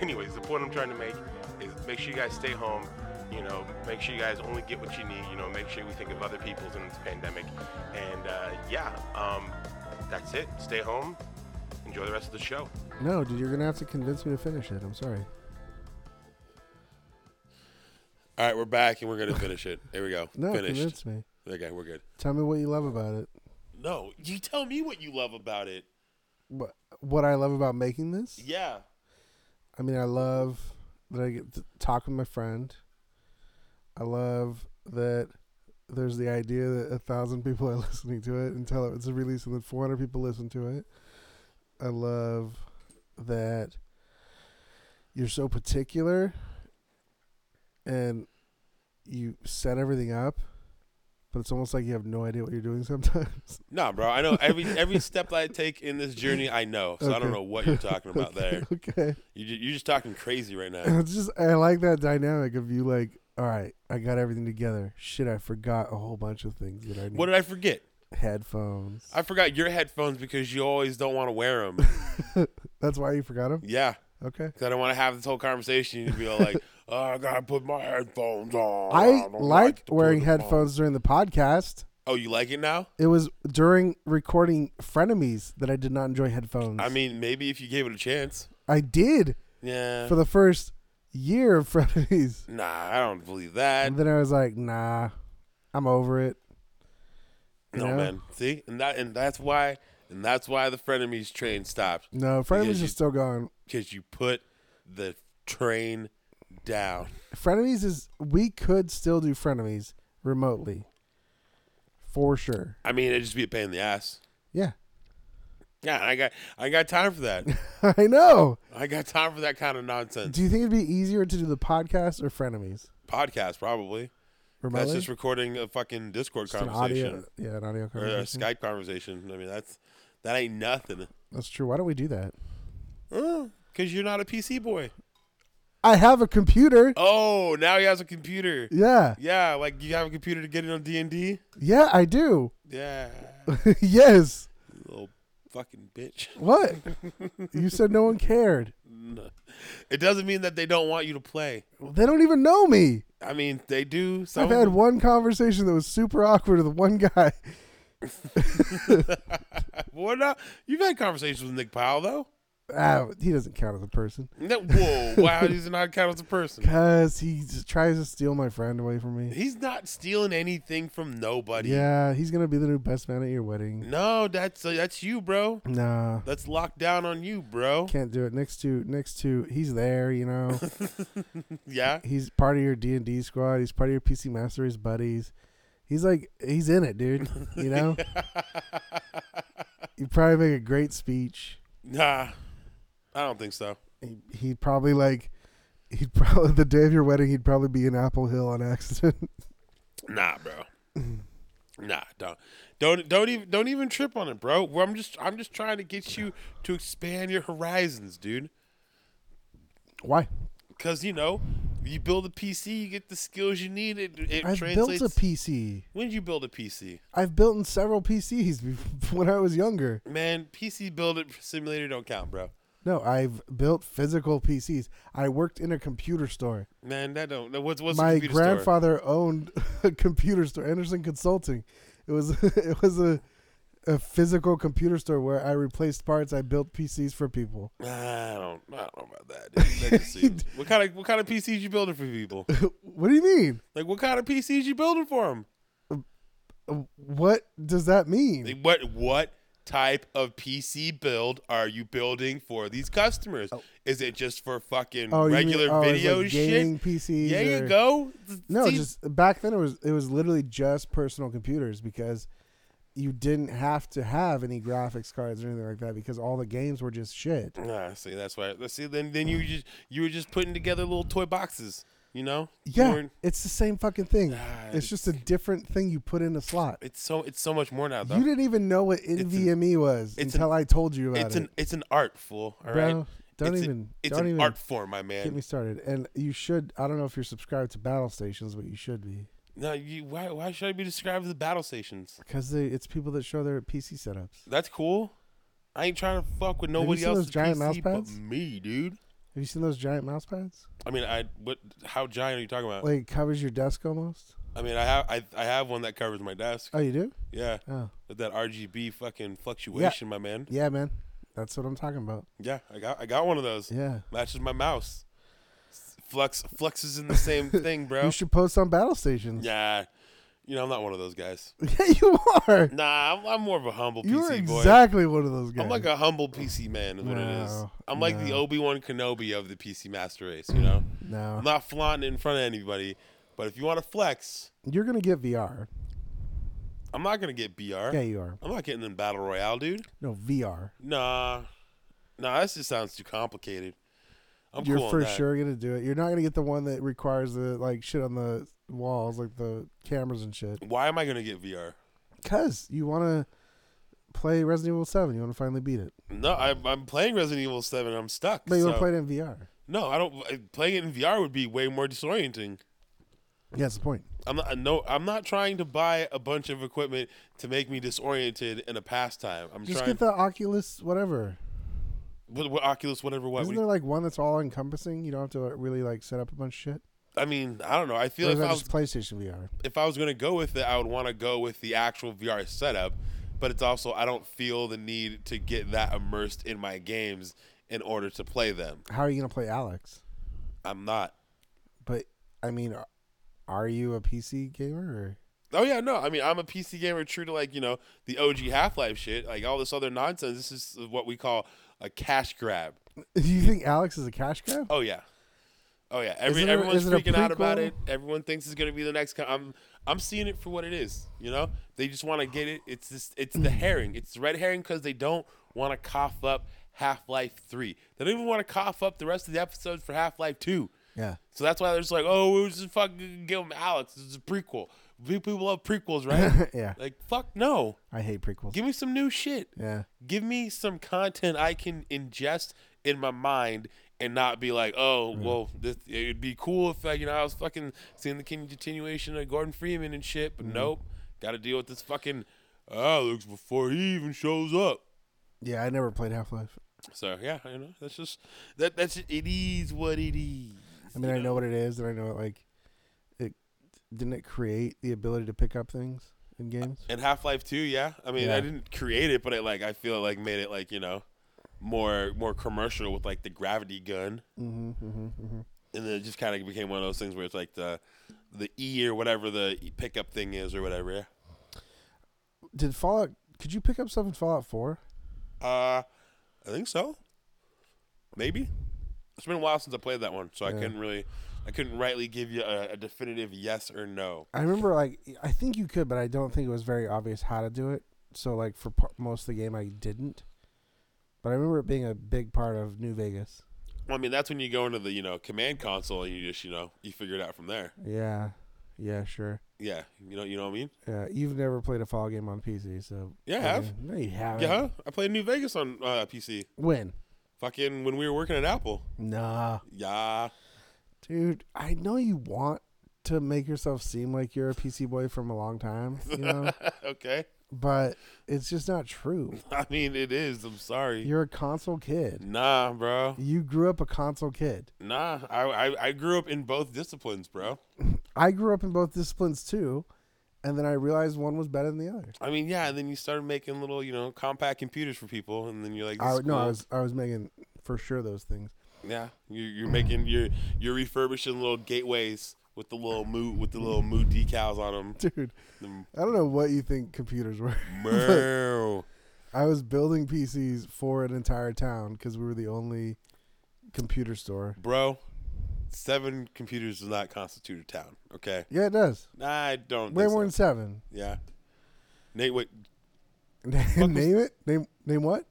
Speaker 3: anyways, the point I'm trying to make is make sure you guys stay home. You know, make sure you guys only get what you need. You know, make sure we think of other people's in this pandemic. And uh, yeah, um, that's it. Stay home. Enjoy the rest of the show.
Speaker 2: No, dude, you're gonna have to convince me to finish it. I'm sorry.
Speaker 1: All right, we're back and we're gonna finish it. Here we go.
Speaker 2: No,
Speaker 1: Finished.
Speaker 2: convince me.
Speaker 1: Okay, we're good.
Speaker 2: Tell me what you love about it.
Speaker 1: No, you tell me what you love about it.
Speaker 2: What what I love about making this?
Speaker 1: Yeah.
Speaker 2: I mean, I love that I get to talk with my friend. I love that there's the idea that a thousand people are listening to it until it's released and then 400 people listen to it. I love that you're so particular and you set everything up, but it's almost like you have no idea what you're doing sometimes.
Speaker 1: No, bro. I know every every step I take in this journey, I know. So I don't
Speaker 2: Okay.
Speaker 1: know what you're talking about there.
Speaker 2: okay.
Speaker 1: You ju- you're just talking crazy right now.
Speaker 2: it's just I like that dynamic of you like, all right, I got everything together. Shit, I forgot a whole bunch of things that I need.
Speaker 1: What did I forget?
Speaker 2: Headphones.
Speaker 1: I forgot your headphones because you always don't want to wear them.
Speaker 2: That's why you forgot them.
Speaker 1: Yeah,
Speaker 2: Okay.
Speaker 1: because I don't want to have this whole conversation and be all like, "Oh, I gotta put my headphones on."
Speaker 2: I
Speaker 1: don't
Speaker 2: like
Speaker 1: to put
Speaker 2: wearing
Speaker 1: them on."
Speaker 2: headphones during the podcast.
Speaker 1: Oh, you like it now?
Speaker 2: It was during recording Frenemies that I did not enjoy headphones.
Speaker 1: I mean, maybe if you gave it a chance.
Speaker 2: I did
Speaker 1: Yeah.
Speaker 2: for the first year of Frenemies.
Speaker 1: nah, I don't believe that.
Speaker 2: And then I was like, nah, I'm over it. you
Speaker 1: No
Speaker 2: know?
Speaker 1: man. See, and that and that's why and that's why the frenemies train stopped
Speaker 2: No, Frenemies
Speaker 1: you-
Speaker 2: is still going.
Speaker 1: because you put the train down.
Speaker 2: Frenemies is, we could still do Frenemies remotely. For sure.
Speaker 1: I mean, it'd just be a pain in the ass.
Speaker 2: Yeah.
Speaker 1: Yeah, I got I got time for that.
Speaker 2: I know.
Speaker 1: I got time for that kind of nonsense.
Speaker 2: Do you think it'd be easier to do the podcast or Frenemies?
Speaker 1: Podcast probably.
Speaker 2: Remotely?
Speaker 1: That's just recording a fucking Discord
Speaker 2: Just an
Speaker 1: conversation
Speaker 2: audio. Yeah, an audio
Speaker 1: or a
Speaker 2: conversation.
Speaker 1: Skype conversation. I mean, that's that ain't nothing.
Speaker 2: That's true. Why don't we do that?
Speaker 1: Uh, Cause you're not a PC boy.
Speaker 2: I have a computer.
Speaker 1: Oh, now he has a computer.
Speaker 2: Yeah.
Speaker 1: Yeah, like you have a computer to get it on D and D.
Speaker 2: Yeah, I do.
Speaker 1: Yeah,
Speaker 2: yes.
Speaker 1: You little fucking bitch.
Speaker 2: What? you said no one cared.
Speaker 1: No. It doesn't mean that they don't want you to play.
Speaker 2: They don't even know me.
Speaker 1: I mean, they do. Some
Speaker 2: I've
Speaker 1: of
Speaker 2: had
Speaker 1: them-
Speaker 2: one conversation that was super awkward with one guy.
Speaker 1: What up? You've had conversations with Nick Powell though.
Speaker 2: Ah, he doesn't count as a person
Speaker 1: No- Whoa! wow, he's not count as a person.
Speaker 2: because he just tries to steal my friend away from me.
Speaker 1: He's not stealing anything from nobody.
Speaker 2: Yeah, he's gonna be the new best man at your wedding.
Speaker 1: No, that's uh, that's you, bro.
Speaker 2: Nah,
Speaker 1: That's locked down on you, bro.
Speaker 2: can't do it. Next to next to, he's there. You know,
Speaker 1: Yeah.
Speaker 2: he's part of your D and D squad. He's part of your PC Masteries buddies. He's like, he's in it, dude. You know, you probably make a great speech.
Speaker 1: Nah, I don't think so.
Speaker 2: he- he'd probably like he'd probably the day of your wedding he'd probably be in Apple Hill on accident.
Speaker 1: Nah, bro. Nah, don't, don't, don't even, don't even trip on it, bro. Well, I'm just, I'm just trying to get you to expand your horizons, dude.
Speaker 2: Why?
Speaker 1: Because you know, you build a PC, you get the skills you need. It, it
Speaker 2: I've
Speaker 1: translates.
Speaker 2: built a PC.
Speaker 1: when did you build a PC,
Speaker 2: I've built in several PCs bef- when I was younger.
Speaker 1: man? PC build it simulator don't count, bro.
Speaker 2: No, I've built physical PCs. I worked in a computer store.
Speaker 1: Man, that don't. What's what's a
Speaker 2: My
Speaker 1: computer store?
Speaker 2: grandfather owned a computer store, Anderson Consulting. It was it was a a physical computer store where I replaced parts. I built PCs for people.
Speaker 1: I don't, I don't know about that. dude. That just seems- what kind of what kind of PCs you building for people?
Speaker 2: what do you mean?
Speaker 1: Like what kind of PCs you building for them?
Speaker 2: What does that mean?
Speaker 1: Like, What what type of PC build are you building for these customers? Is it just for fucking
Speaker 2: you mean-
Speaker 1: regular
Speaker 2: oh, it's
Speaker 1: video
Speaker 2: like
Speaker 1: shit?
Speaker 2: gaming PCs.
Speaker 1: There you
Speaker 2: or-
Speaker 1: go.
Speaker 2: No,
Speaker 1: See,
Speaker 2: just back then it was it was literally just personal computers because you didn't have to have any graphics cards or anything like that because all the games were just shit.
Speaker 1: Ah, see, that's why. Let's see. Then, then you just you were just putting together little toy boxes. You know. You
Speaker 2: Yeah,
Speaker 1: weren't-
Speaker 2: it's the same fucking thing.
Speaker 1: Ah,
Speaker 2: It's just a different thing you put in a slot.
Speaker 1: It's so it's so much more now
Speaker 2: You
Speaker 1: though.
Speaker 2: didn't even know what NVMe E was
Speaker 1: it's
Speaker 2: until I told you about
Speaker 1: It's
Speaker 2: it.
Speaker 1: an it's an art, fool. All right.
Speaker 2: Bro, don't
Speaker 1: it's a-
Speaker 2: even-
Speaker 1: it's
Speaker 2: don't
Speaker 1: an
Speaker 2: even
Speaker 1: art form, my
Speaker 2: Get me
Speaker 1: man.
Speaker 2: started. And you should I don't know if you're subscribed to battle stations, but you should be
Speaker 1: No, you. Why why should I be described as the battle stations?
Speaker 2: because they, it's people that show their PC setups.
Speaker 1: That's cool. I ain't trying to fuck with
Speaker 2: you
Speaker 1: nobody
Speaker 2: seen
Speaker 1: else.
Speaker 2: those giant mouse
Speaker 1: but
Speaker 2: pads?
Speaker 1: me, dude.
Speaker 2: Have you seen those giant mouse pads?
Speaker 1: I mean, I what? How giant are you talking about?
Speaker 2: Like it covers your desk almost.
Speaker 1: I mean, I have I, I have one that covers my desk.
Speaker 2: Oh, you do?
Speaker 1: yeah,
Speaker 2: Oh,
Speaker 1: with that RGB fucking fluctuation, my man.
Speaker 2: yeah, man. That's what I'm talking about.
Speaker 1: Yeah, I got I got one of those.
Speaker 2: Yeah.
Speaker 1: Matches my mouse. Flux Flux is in the same thing, bro.
Speaker 2: You should post on battle stations.
Speaker 1: Yeah, you know I'm not one of those guys.
Speaker 2: Yeah, you are.
Speaker 1: Nah, I'm, I'm more of a humble
Speaker 2: You're
Speaker 1: PC boy. Oh
Speaker 2: exactly one of those guys.
Speaker 1: I'm like a humble PC man, is what it is.
Speaker 2: No,
Speaker 1: I'm like the
Speaker 2: no.
Speaker 1: Obi Wan Kenobi of the PC Master Race. You know,
Speaker 2: no.
Speaker 1: I'm not flaunting it in front of anybody, but if you want to flex,
Speaker 2: You're gonna get VR.
Speaker 1: I'm not gonna get BR.
Speaker 2: Yeah, you are.
Speaker 1: I'm not getting in battle royale, dude.
Speaker 2: No VR.
Speaker 1: Nah, nah, this just sounds too complicated. I'm
Speaker 2: You're
Speaker 1: cool
Speaker 2: for
Speaker 1: on that.
Speaker 2: sure gonna do it. You're not gonna get the one that requires the like shit on the walls, like the cameras and shit.
Speaker 1: Why am I gonna get VR?
Speaker 2: Cause you wanna play Resident Evil Seven. You wanna finally beat it.
Speaker 1: No, I, I'm playing Resident Evil Seven. I'm stuck.
Speaker 2: But you
Speaker 1: so-
Speaker 2: wanna play it in VR.
Speaker 1: No, I don't. I- Playing it in VR would be way more disorienting.
Speaker 2: Yeah, that's the point.
Speaker 1: I'm not. No, I'm not trying to buy a bunch of equipment to make me disoriented in a pastime. I'm
Speaker 2: Just
Speaker 1: trying.
Speaker 2: get the Oculus, whatever.
Speaker 1: what, what Oculus, whatever. What?
Speaker 2: Isn't
Speaker 1: what do
Speaker 2: there like one that's all encompassing? You don't have to like, really like set up a bunch of shit.
Speaker 1: I mean, I don't know. I feel
Speaker 2: Or is
Speaker 1: if
Speaker 2: that
Speaker 1: I was
Speaker 2: just PlayStation VR?
Speaker 1: if I was going to go with it, I would want to go with the actual VR setup, but it's also I don't feel the need to get that immersed in my games in order to play them.
Speaker 2: How are you gonna play Alex?
Speaker 1: I'm not.
Speaker 2: But I mean, are- are you a PC gamer? Or?
Speaker 1: Oh yeah, no. I mean, I'm a PC gamer true to like, you know, the OG Half-Life shit, like all this other nonsense. This is what we call a cash grab.
Speaker 2: Do you think Alex is a cash grab?
Speaker 1: Oh yeah, oh yeah. Every,
Speaker 2: Isn't it-
Speaker 1: everyone's
Speaker 2: is it a
Speaker 1: freaking out about
Speaker 2: prequel?
Speaker 1: it. Everyone thinks it's gonna be the next. co- I'm I'm seeing it for what it is. You know, they just want to get it. It's this. It's the herring. It's the red herring because they don't want to cough up Half Life Three. They don't even want to cough up the rest of the episodes for Half Life Two.
Speaker 2: Yeah.
Speaker 1: So that's why they're just like, oh, we just fucking give them Alex. It's a prequel. We- People love prequels, right?
Speaker 2: Yeah.
Speaker 1: Like fuck no.
Speaker 2: I hate prequels.
Speaker 1: Give me some new shit
Speaker 2: Yeah.
Speaker 1: give me some content I can ingest in my mind and not be like, oh, well, this, it'd be cool if uh, you know I was fucking seeing the continuation of Gordon Freeman and shit,
Speaker 2: Mm-hmm.
Speaker 1: but nope, got to deal with this fucking Alex before he even shows up.
Speaker 2: Yeah, I never played Half Life.
Speaker 1: So yeah, you know that's just that that's it is what it is.
Speaker 2: I mean, I know what it is, and I know it, like it didn't it create the ability to pick up things in games.
Speaker 1: And Half Life Two, yeah. I mean,
Speaker 2: Yeah.
Speaker 1: I didn't create it, but it like I feel like made it like you know more more commercial with like the gravity gun.
Speaker 2: Mm-hmm, mm-hmm, mm-hmm.
Speaker 1: and then it just kind of became one of those things where it's like the the E or whatever the pickup thing is or whatever.
Speaker 2: Did Fallout? Could you pick up stuff in Fallout Four?
Speaker 1: Yeah. Uh, I think so. Maybe. It's been a while since I played that one, so I
Speaker 2: Yeah.
Speaker 1: couldn't really, I couldn't rightly give you a, a definitive yes or no.
Speaker 2: I remember like I think you could, but I don't think it was very obvious how to do it. So like for par- most of the game, I didn't. But I remember it being a big part of New Vegas.
Speaker 1: Well, I mean, that's when you go into the you know command console and you just you know you figure it out from there.
Speaker 2: Yeah, yeah, sure.
Speaker 1: Yeah, you know you know what I mean.
Speaker 2: Yeah, you've never played a Fallout game on PC, so
Speaker 1: Yeah, I have.
Speaker 2: No, you haven't.
Speaker 1: Yeah, huh? I played New Vegas on uh, PC.
Speaker 2: When?
Speaker 1: Fucking when we were working at Apple.
Speaker 2: Nah,
Speaker 1: Yeah.
Speaker 2: dude. I know you want to make yourself seem like you're a PC boy from a long time, you know,
Speaker 1: okay.
Speaker 2: but it's just not true.
Speaker 1: I mean, it is. I'm sorry.
Speaker 2: You're a console kid.
Speaker 1: Nah, bro.
Speaker 2: You grew up a console kid.
Speaker 1: Nah, I, I I grew up in both disciplines, bro.
Speaker 2: I grew up in both disciplines too, and then I realized one was better than the other.
Speaker 1: I mean, yeah, and then you started making little, you know, compact computers for people, and then you're like,
Speaker 2: I
Speaker 1: this
Speaker 2: no,
Speaker 1: is
Speaker 2: I
Speaker 1: cool.
Speaker 2: was I was making for sure those things.
Speaker 1: yeah, you're, you're making you're you're refurbishing little gateways with the little moo with the little moo decals on
Speaker 2: Dude,
Speaker 1: them.
Speaker 2: I don't know what you think computers were.
Speaker 1: Meow.
Speaker 2: I was building PCs for an entire town because we were the only computer store.
Speaker 1: bro, seven computers does not constitute a town. Okay,
Speaker 2: Yeah, it does.
Speaker 1: I don't.
Speaker 2: Way
Speaker 1: think
Speaker 2: more than
Speaker 1: so.
Speaker 2: seven.
Speaker 1: Yeah, Nate, wait,
Speaker 2: name it. Name name what?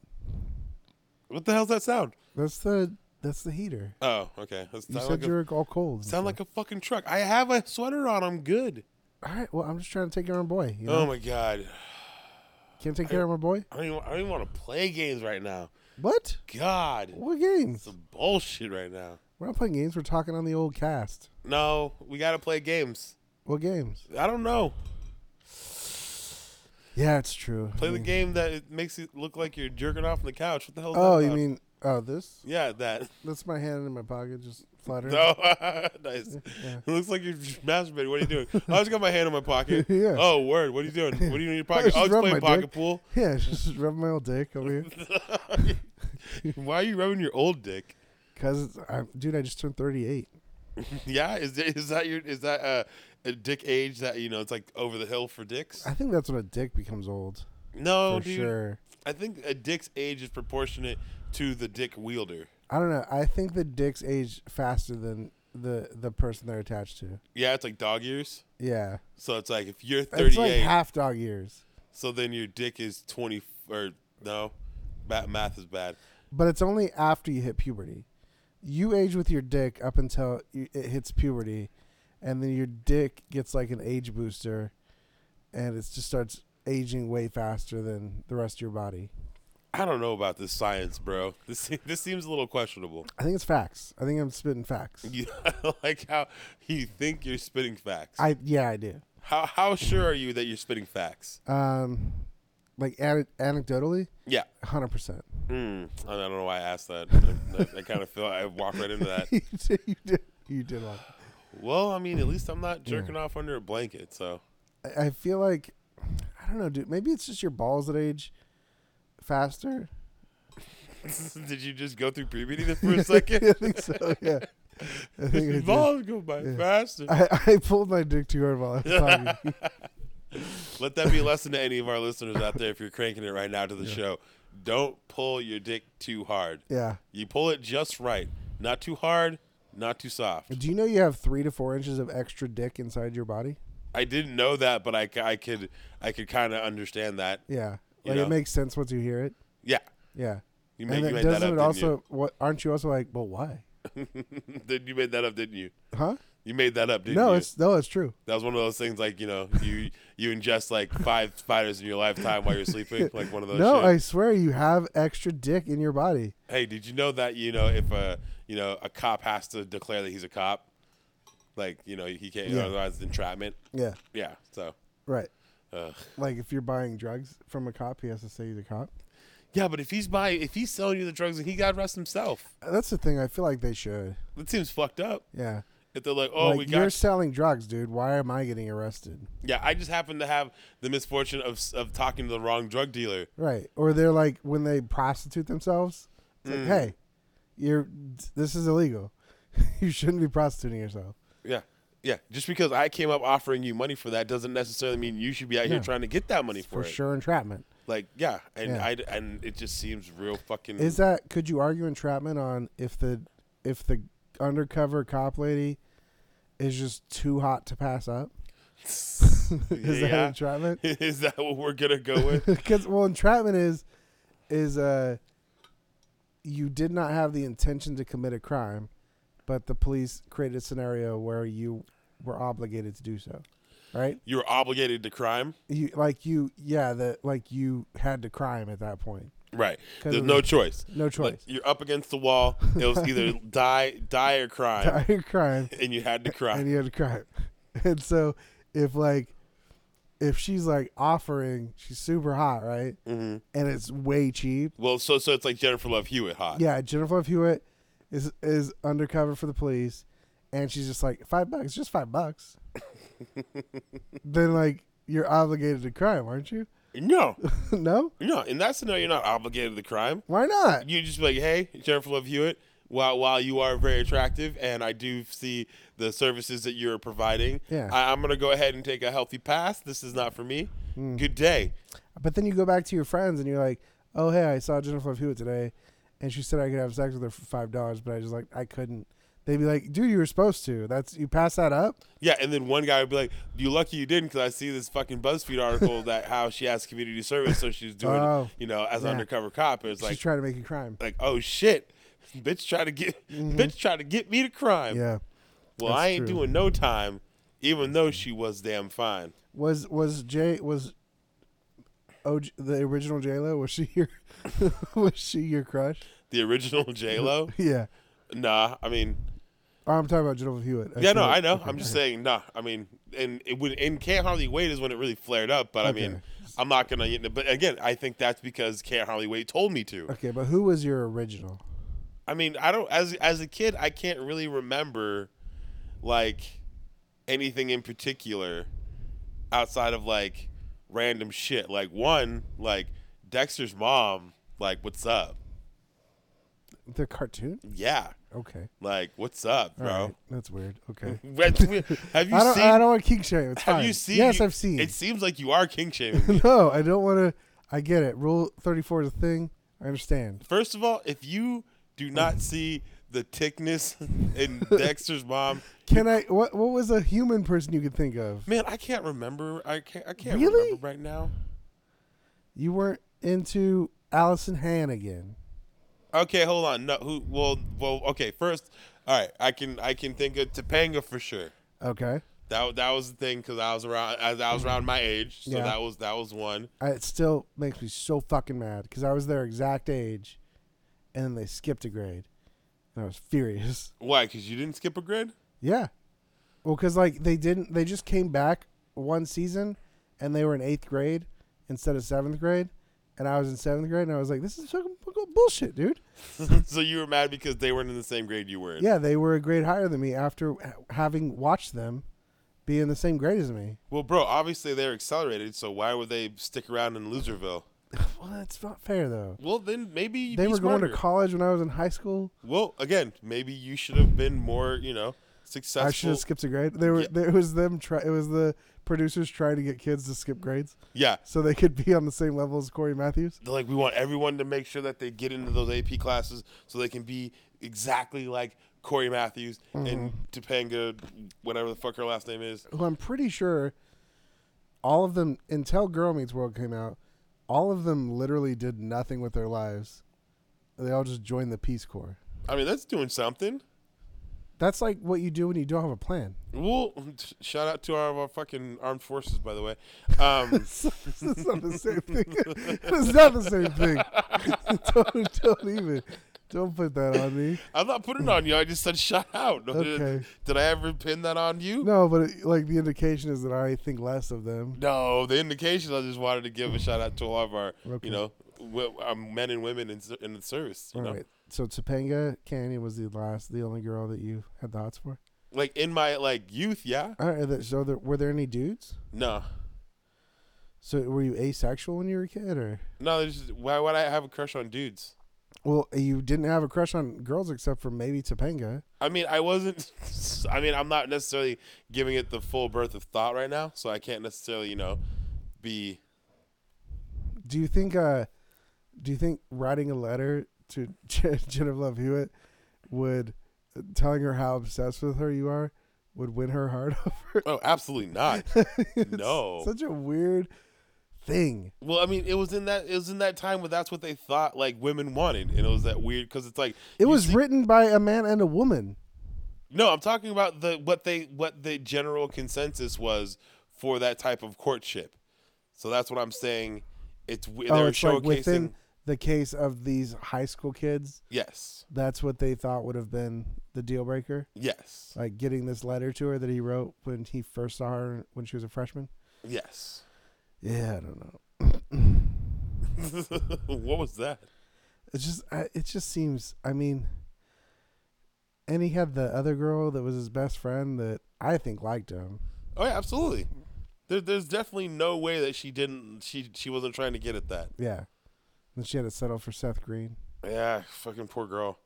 Speaker 1: what the hell's that sound?
Speaker 2: That's the that's the heater.
Speaker 1: Oh, okay. That
Speaker 2: You
Speaker 1: sound
Speaker 2: said
Speaker 1: like a,
Speaker 2: you're all cold. and
Speaker 1: sound
Speaker 2: stuff.
Speaker 1: like a fucking truck. I have a sweater on. I'm good.
Speaker 2: all right. Well, I'm just trying to take care of my boy. You know?
Speaker 1: Oh my god.
Speaker 2: Can't take care of my boy.
Speaker 1: I don't even, I don't even want to play games right now.
Speaker 2: What?
Speaker 1: God,
Speaker 2: What games?
Speaker 1: some bullshit right now.
Speaker 2: We're not playing games. We're talking on the old cast.
Speaker 1: No, we gotta play games.
Speaker 2: What games?
Speaker 1: I don't know.
Speaker 2: Yeah, it's true.
Speaker 1: Play the game that it makes it look like you're jerking off on the couch. What the hell? Is
Speaker 2: Oh,
Speaker 1: that
Speaker 2: you
Speaker 1: about?
Speaker 2: mean oh this?
Speaker 1: Yeah, that.
Speaker 2: That's my hand in my pocket, just fluttering.
Speaker 1: No, nice. It looks like you're just masturbating. What are you doing? I just got my hand in my pocket.
Speaker 2: Yeah.
Speaker 1: Oh, word. What are you doing? What do you need in your pocket?
Speaker 2: just
Speaker 1: I was
Speaker 2: rubbed
Speaker 1: playing
Speaker 2: my
Speaker 1: pocket
Speaker 2: dick.
Speaker 1: pool.
Speaker 2: Yeah, just rubbing my old dick over here.
Speaker 1: Why are you rubbing your old dick?
Speaker 2: Cause I, dude, I just turned 38.
Speaker 1: Yeah, is that, is that your is that uh, a dick age that you know it's like over the hill for dicks?
Speaker 2: I think that's when a dick becomes old.
Speaker 1: No,
Speaker 2: For
Speaker 1: Oh, dude.
Speaker 2: sure.
Speaker 1: I think a dick's age is proportionate to the dick wielder.
Speaker 2: I don't know. I think the dicks age faster than the the person they're attached to.
Speaker 1: Yeah, it's like dog years.
Speaker 2: Yeah,
Speaker 1: So it's like if you're
Speaker 2: it's
Speaker 1: 38,
Speaker 2: like half dog years,
Speaker 1: so then your dick is 20 or no, ba- math is bad.
Speaker 2: but it's only after you hit puberty. You age with your dick up until you, it hits puberty, and then your dick gets like an age booster, and it just starts aging way faster than the rest of your body.
Speaker 1: I don't know about this science, bro. This se- this seems a little questionable.
Speaker 2: I think it's facts. I think I'm spitting facts.
Speaker 1: You like how you think you're spitting facts.
Speaker 2: I yeah, I do.
Speaker 1: how how sure are you that you're spitting facts?
Speaker 2: Um, like ane- anecdotally,
Speaker 1: Yeah.
Speaker 2: hundred percent.
Speaker 1: Mm, I don't know why I asked that. I, I kind of feel I walked right into that.
Speaker 2: You did. You did. You did. like-
Speaker 1: Well, I mean, at least I'm
Speaker 2: Hmm.
Speaker 1: not jerking off under a blanket. So
Speaker 2: I- I feel like I don't know, dude. Maybe it's just your balls that age faster.
Speaker 1: did you just go through puberty there for a second?
Speaker 2: I think so. Yeah. I think I
Speaker 1: Your
Speaker 2: did.
Speaker 1: balls go by
Speaker 2: Yeah.
Speaker 1: faster.
Speaker 2: I, I pulled my dick too hard while I was talking.
Speaker 1: Let that be a lesson to any of our listeners out there. If you're cranking it right now to the show, don't pull your dick too hard.
Speaker 2: yeah.
Speaker 1: You pull it just right, not too hard, not too soft.
Speaker 2: Do you know you have three to four inches of extra dick inside your body?
Speaker 1: I didn't know that, but I, c- I could I could kind of understand that.
Speaker 2: Yeah.
Speaker 1: You
Speaker 2: Like
Speaker 1: know.
Speaker 2: it makes sense once you hear it.
Speaker 1: Yeah,
Speaker 2: Yeah.
Speaker 1: you made, you
Speaker 2: and then
Speaker 1: made
Speaker 2: doesn't
Speaker 1: that up.
Speaker 2: it
Speaker 1: didn't
Speaker 2: also
Speaker 1: you?
Speaker 2: what aren't you also like, well why?
Speaker 1: Did you made that up, didn't you?
Speaker 2: Huh?
Speaker 1: You made that up, didn't
Speaker 2: no,
Speaker 1: you?
Speaker 2: it's no, it's true.
Speaker 1: that was one of those things like you know you you ingest like five spiders in your lifetime while you're sleeping, like one of those.
Speaker 2: no,
Speaker 1: Oh, shit.
Speaker 2: I swear you have extra dick in your body.
Speaker 1: Hey, did you know that you know if a you know a cop has to declare that he's a cop, like you know he can't
Speaker 2: Yeah.
Speaker 1: otherwise it's entrapment.
Speaker 2: Yeah.
Speaker 1: Yeah, so
Speaker 2: Right.
Speaker 1: uh,
Speaker 2: Like if you're buying drugs from a cop, he has to say he's a cop.
Speaker 1: yeah, but if he's buying, if he's selling you the drugs and he got arrested himself,
Speaker 2: That's the thing. I feel like they should.
Speaker 1: that seems fucked up.
Speaker 2: Yeah.
Speaker 1: If they're like, oh,
Speaker 2: like
Speaker 1: we got
Speaker 2: you're selling drugs, dude. Why am I getting arrested?
Speaker 1: Yeah, I just happen to have the misfortune of of talking to the wrong drug dealer.
Speaker 2: Right. Or they're like when they prostitute themselves. It's
Speaker 1: Mm.
Speaker 2: like, hey, you're this is illegal. you shouldn't be prostituting yourself.
Speaker 1: Yeah. Yeah, just because I came up offering you money for that doesn't necessarily mean you should be out here
Speaker 2: No.
Speaker 1: trying to get that money for,
Speaker 2: For
Speaker 1: it.
Speaker 2: sure entrapment.
Speaker 1: Like, yeah, and
Speaker 2: Yeah.
Speaker 1: I and it just seems real fucking
Speaker 2: Is that could you argue entrapment on if the if the undercover cop lady is just too hot to pass up? Is that
Speaker 1: Yeah.
Speaker 2: entrapment?
Speaker 1: Is that what we're gonna go with?
Speaker 2: Because well, entrapment is is uh you did not have the intention to commit a crime, but the police created a scenario where you were obligated to do so, right?
Speaker 1: You're obligated to crime,
Speaker 2: You like you yeah the like you had to crime at that point,
Speaker 1: right?
Speaker 2: 'Cause
Speaker 1: There's
Speaker 2: of
Speaker 1: no
Speaker 2: the-
Speaker 1: choice.
Speaker 2: no
Speaker 1: Like,
Speaker 2: choice.
Speaker 1: you're up against the wall. It was either die, die or crime,
Speaker 2: I had crime
Speaker 1: and you had to
Speaker 2: and
Speaker 1: cry.
Speaker 2: you had to crime, and so if like if she's like offering, she's super hot, right?
Speaker 1: hmm
Speaker 2: And it's way cheap.
Speaker 1: Well, so so it's like Jennifer Love Hewitt hot.
Speaker 2: Yeah, Jennifer Love Hewitt is is undercover for the police, and she's just like five bucks, just five bucks. then like you're obligated to crime, aren't you?
Speaker 1: No,
Speaker 2: no,
Speaker 1: no. In that scenario, you're not obligated to crime.
Speaker 2: why not?
Speaker 1: you just be like, hey, Jennifer Love Hewitt, while while you are very attractive and I do see the services that you're providing,
Speaker 2: Yeah.
Speaker 1: I, I'm gonna go ahead and take a healthy pass. This is not for me.
Speaker 2: Hmm.
Speaker 1: Good day.
Speaker 2: But then you go back to your friends and you're like, oh hey, I saw Jennifer Love Hewitt today, and she said I could have sex with her for five dollars, but I just like I couldn't. They'd be like, dude, you were supposed to. That's you pass that up.
Speaker 1: Yeah, and then one guy would be like, "You lucky you didn't, because I see this fucking BuzzFeed article that how she has community service, so she's doing,
Speaker 2: Oh.
Speaker 1: you know, as an
Speaker 2: Yeah.
Speaker 1: undercover cop." And it's like,
Speaker 2: she's trying to make you crime.
Speaker 1: like, oh shit, bitch, try to get, bitch, try to get me to crime.
Speaker 2: Mm-hmm. Yeah.
Speaker 1: well,
Speaker 2: that's
Speaker 1: I ain't
Speaker 2: true.
Speaker 1: doing no time, even though she was damn fine.
Speaker 2: Was was Jay was OJ, the original J Lo? Was she your was she your crush?
Speaker 1: The original
Speaker 2: Mm-hmm.
Speaker 1: J Lo.
Speaker 2: Yeah.
Speaker 1: Nah, I mean,
Speaker 2: Oh, I'm talking about Jennifer Hewitt.
Speaker 1: yeah, no,
Speaker 2: feel-
Speaker 1: I know.
Speaker 2: okay.
Speaker 1: I'm just saying, nah. I mean, and it would and can't hardly wait is when it really flared up. But I mean,
Speaker 2: Okay.
Speaker 1: I'm not gonna. you know, But again, I think that's because can't hardly wait told me to.
Speaker 2: Okay, but who was your original?
Speaker 1: I mean, I don't as as a kid, I can't really remember like anything in particular outside of like random shit. Like one, like Dexter's mom, like what's up?
Speaker 2: The cartoon?
Speaker 1: Yeah,
Speaker 2: Okay.
Speaker 1: like what's up,
Speaker 2: All
Speaker 1: bro?
Speaker 2: right. That's weird. Okay.
Speaker 1: Have you
Speaker 2: I don't.
Speaker 1: seen?
Speaker 2: I don't want kink shame. It's
Speaker 1: have
Speaker 2: fine.
Speaker 1: you seen?
Speaker 2: Yes,
Speaker 1: you-
Speaker 2: I've seen.
Speaker 1: It seems like you are king shaming. me.
Speaker 2: no, I don't want to. I get it. Rule 34 is a thing. I understand.
Speaker 1: First of all, if you do not see the thickness in Dexter's mom,
Speaker 2: Can I? What? What was a human person you could think of?
Speaker 1: man, I can't remember. I can't. I can't
Speaker 2: Really?
Speaker 1: remember right now.
Speaker 2: You weren't into Allison Hannigan.
Speaker 1: Okay, hold on. No, who? Well, well. Okay, first, all right. I can I can think of Topanga for sure.
Speaker 2: Okay.
Speaker 1: That that was the thing because I was around as I was around my age, so
Speaker 2: Yeah.
Speaker 1: that was that was one.
Speaker 2: I, it still makes me so fucking mad because I was their exact age, and then they skipped a grade, and I was furious.
Speaker 1: Why? Because you didn't skip a grid.
Speaker 2: Yeah. Well, because like they didn't, they just came back one season, and they were in eighth grade instead of seventh grade, and I was in seventh grade, and I was like, "This is fucking fucking bullshit, dude."
Speaker 1: so you were mad because they weren't in the same grade you were in.
Speaker 2: Yeah, they were a grade higher than me after ha- having watched them be in the same grade as me.
Speaker 1: Well, bro, obviously they're accelerated, so why would they stick around in Loserville?
Speaker 2: Well, that's not fair though.
Speaker 1: Well, then maybe you'd
Speaker 2: They
Speaker 1: be
Speaker 2: were going to
Speaker 1: smarter.
Speaker 2: college when I was in high school.
Speaker 1: Well, again, maybe you should have been more, you know,
Speaker 2: I
Speaker 1: successful.
Speaker 2: should have skipped a grade. They were.
Speaker 1: Yeah.
Speaker 2: there- it was them. Try, it was the producers trying to get kids to skip grades
Speaker 1: yeah.
Speaker 2: so they could be on the same level as Corey Matthews.
Speaker 1: They're like, we want everyone to make sure that they get into those AP classes so they can be exactly like Corey Matthews
Speaker 2: Mm-hmm.
Speaker 1: and Topanga, whatever the fuck her last name is.
Speaker 2: Who I'm pretty sure, all of them until Girl Meets World came out, all of them literally did nothing with their lives. They all just joined the Peace Corps.
Speaker 1: I mean, that's doing something.
Speaker 2: That's like what you do when you don't have a plan.
Speaker 1: Well, shout out to our, our fucking armed forces, by the way. Um,
Speaker 2: it's not the same thing. it's not the same thing. don't, don't even. Don't put that on me.
Speaker 1: I'm not putting it on you. I just said shout out.
Speaker 2: Okay.
Speaker 1: Did, I ever pin that on you?
Speaker 2: No, but it, like the indication is that I think less of them.
Speaker 1: No, the indication I just wanted to give a shout out to all of our,
Speaker 2: Okay.
Speaker 1: you know, w- our men and women in, ser- in the service. You
Speaker 2: All
Speaker 1: know,
Speaker 2: right. So Topanga Canyon was the last, the only girl that you had the hots for.
Speaker 1: like in my like youth, yeah.
Speaker 2: All right. that- So there, were there any dudes?
Speaker 1: No,
Speaker 2: So were you asexual when you were a kid, or
Speaker 1: no. there's Just, why would I have a crush on dudes?
Speaker 2: well, you didn't have a crush on girls except for maybe Topanga?
Speaker 1: I mean, I wasn't. I mean, I'm not necessarily giving it the full birth of thought right now, so I can't necessarily, you know, be.
Speaker 2: Do you think? uh Do you think writing a letter to Je- Jennifer Love Hewitt would uh, telling her how obsessed with her you are would win her heart over?
Speaker 1: Oh, absolutely not. No.
Speaker 2: Such a weird thing.
Speaker 1: Well, I mean, it was in that it was in that time where that's what they thought like women wanted, and it was that weird because it's like
Speaker 2: It
Speaker 1: you
Speaker 2: was
Speaker 1: see-
Speaker 2: written by a man and a woman.
Speaker 1: no. I'm talking about the what they what the general consensus was for that type of courtship. So that's what I'm saying. It's w-
Speaker 2: Oh,
Speaker 1: they're
Speaker 2: it's
Speaker 1: showcasing
Speaker 2: like within the case of these high school kids.
Speaker 1: yes,
Speaker 2: That's what they thought would have been the deal breaker.
Speaker 1: yes,
Speaker 2: Like getting this letter to her that he wrote when he first saw her when she was a freshman.
Speaker 1: yes.
Speaker 2: Yeah, I don't know.
Speaker 1: what was that?
Speaker 2: It's just, I, it just seems. I mean, and he had the other girl that was his best friend that I think liked him.
Speaker 1: Oh yeah, absolutely. There, there's definitely no way that she didn't. She she wasn't trying to get at that.
Speaker 2: Yeah, and she had to settle for Seth Green.
Speaker 1: Yeah, fucking poor girl.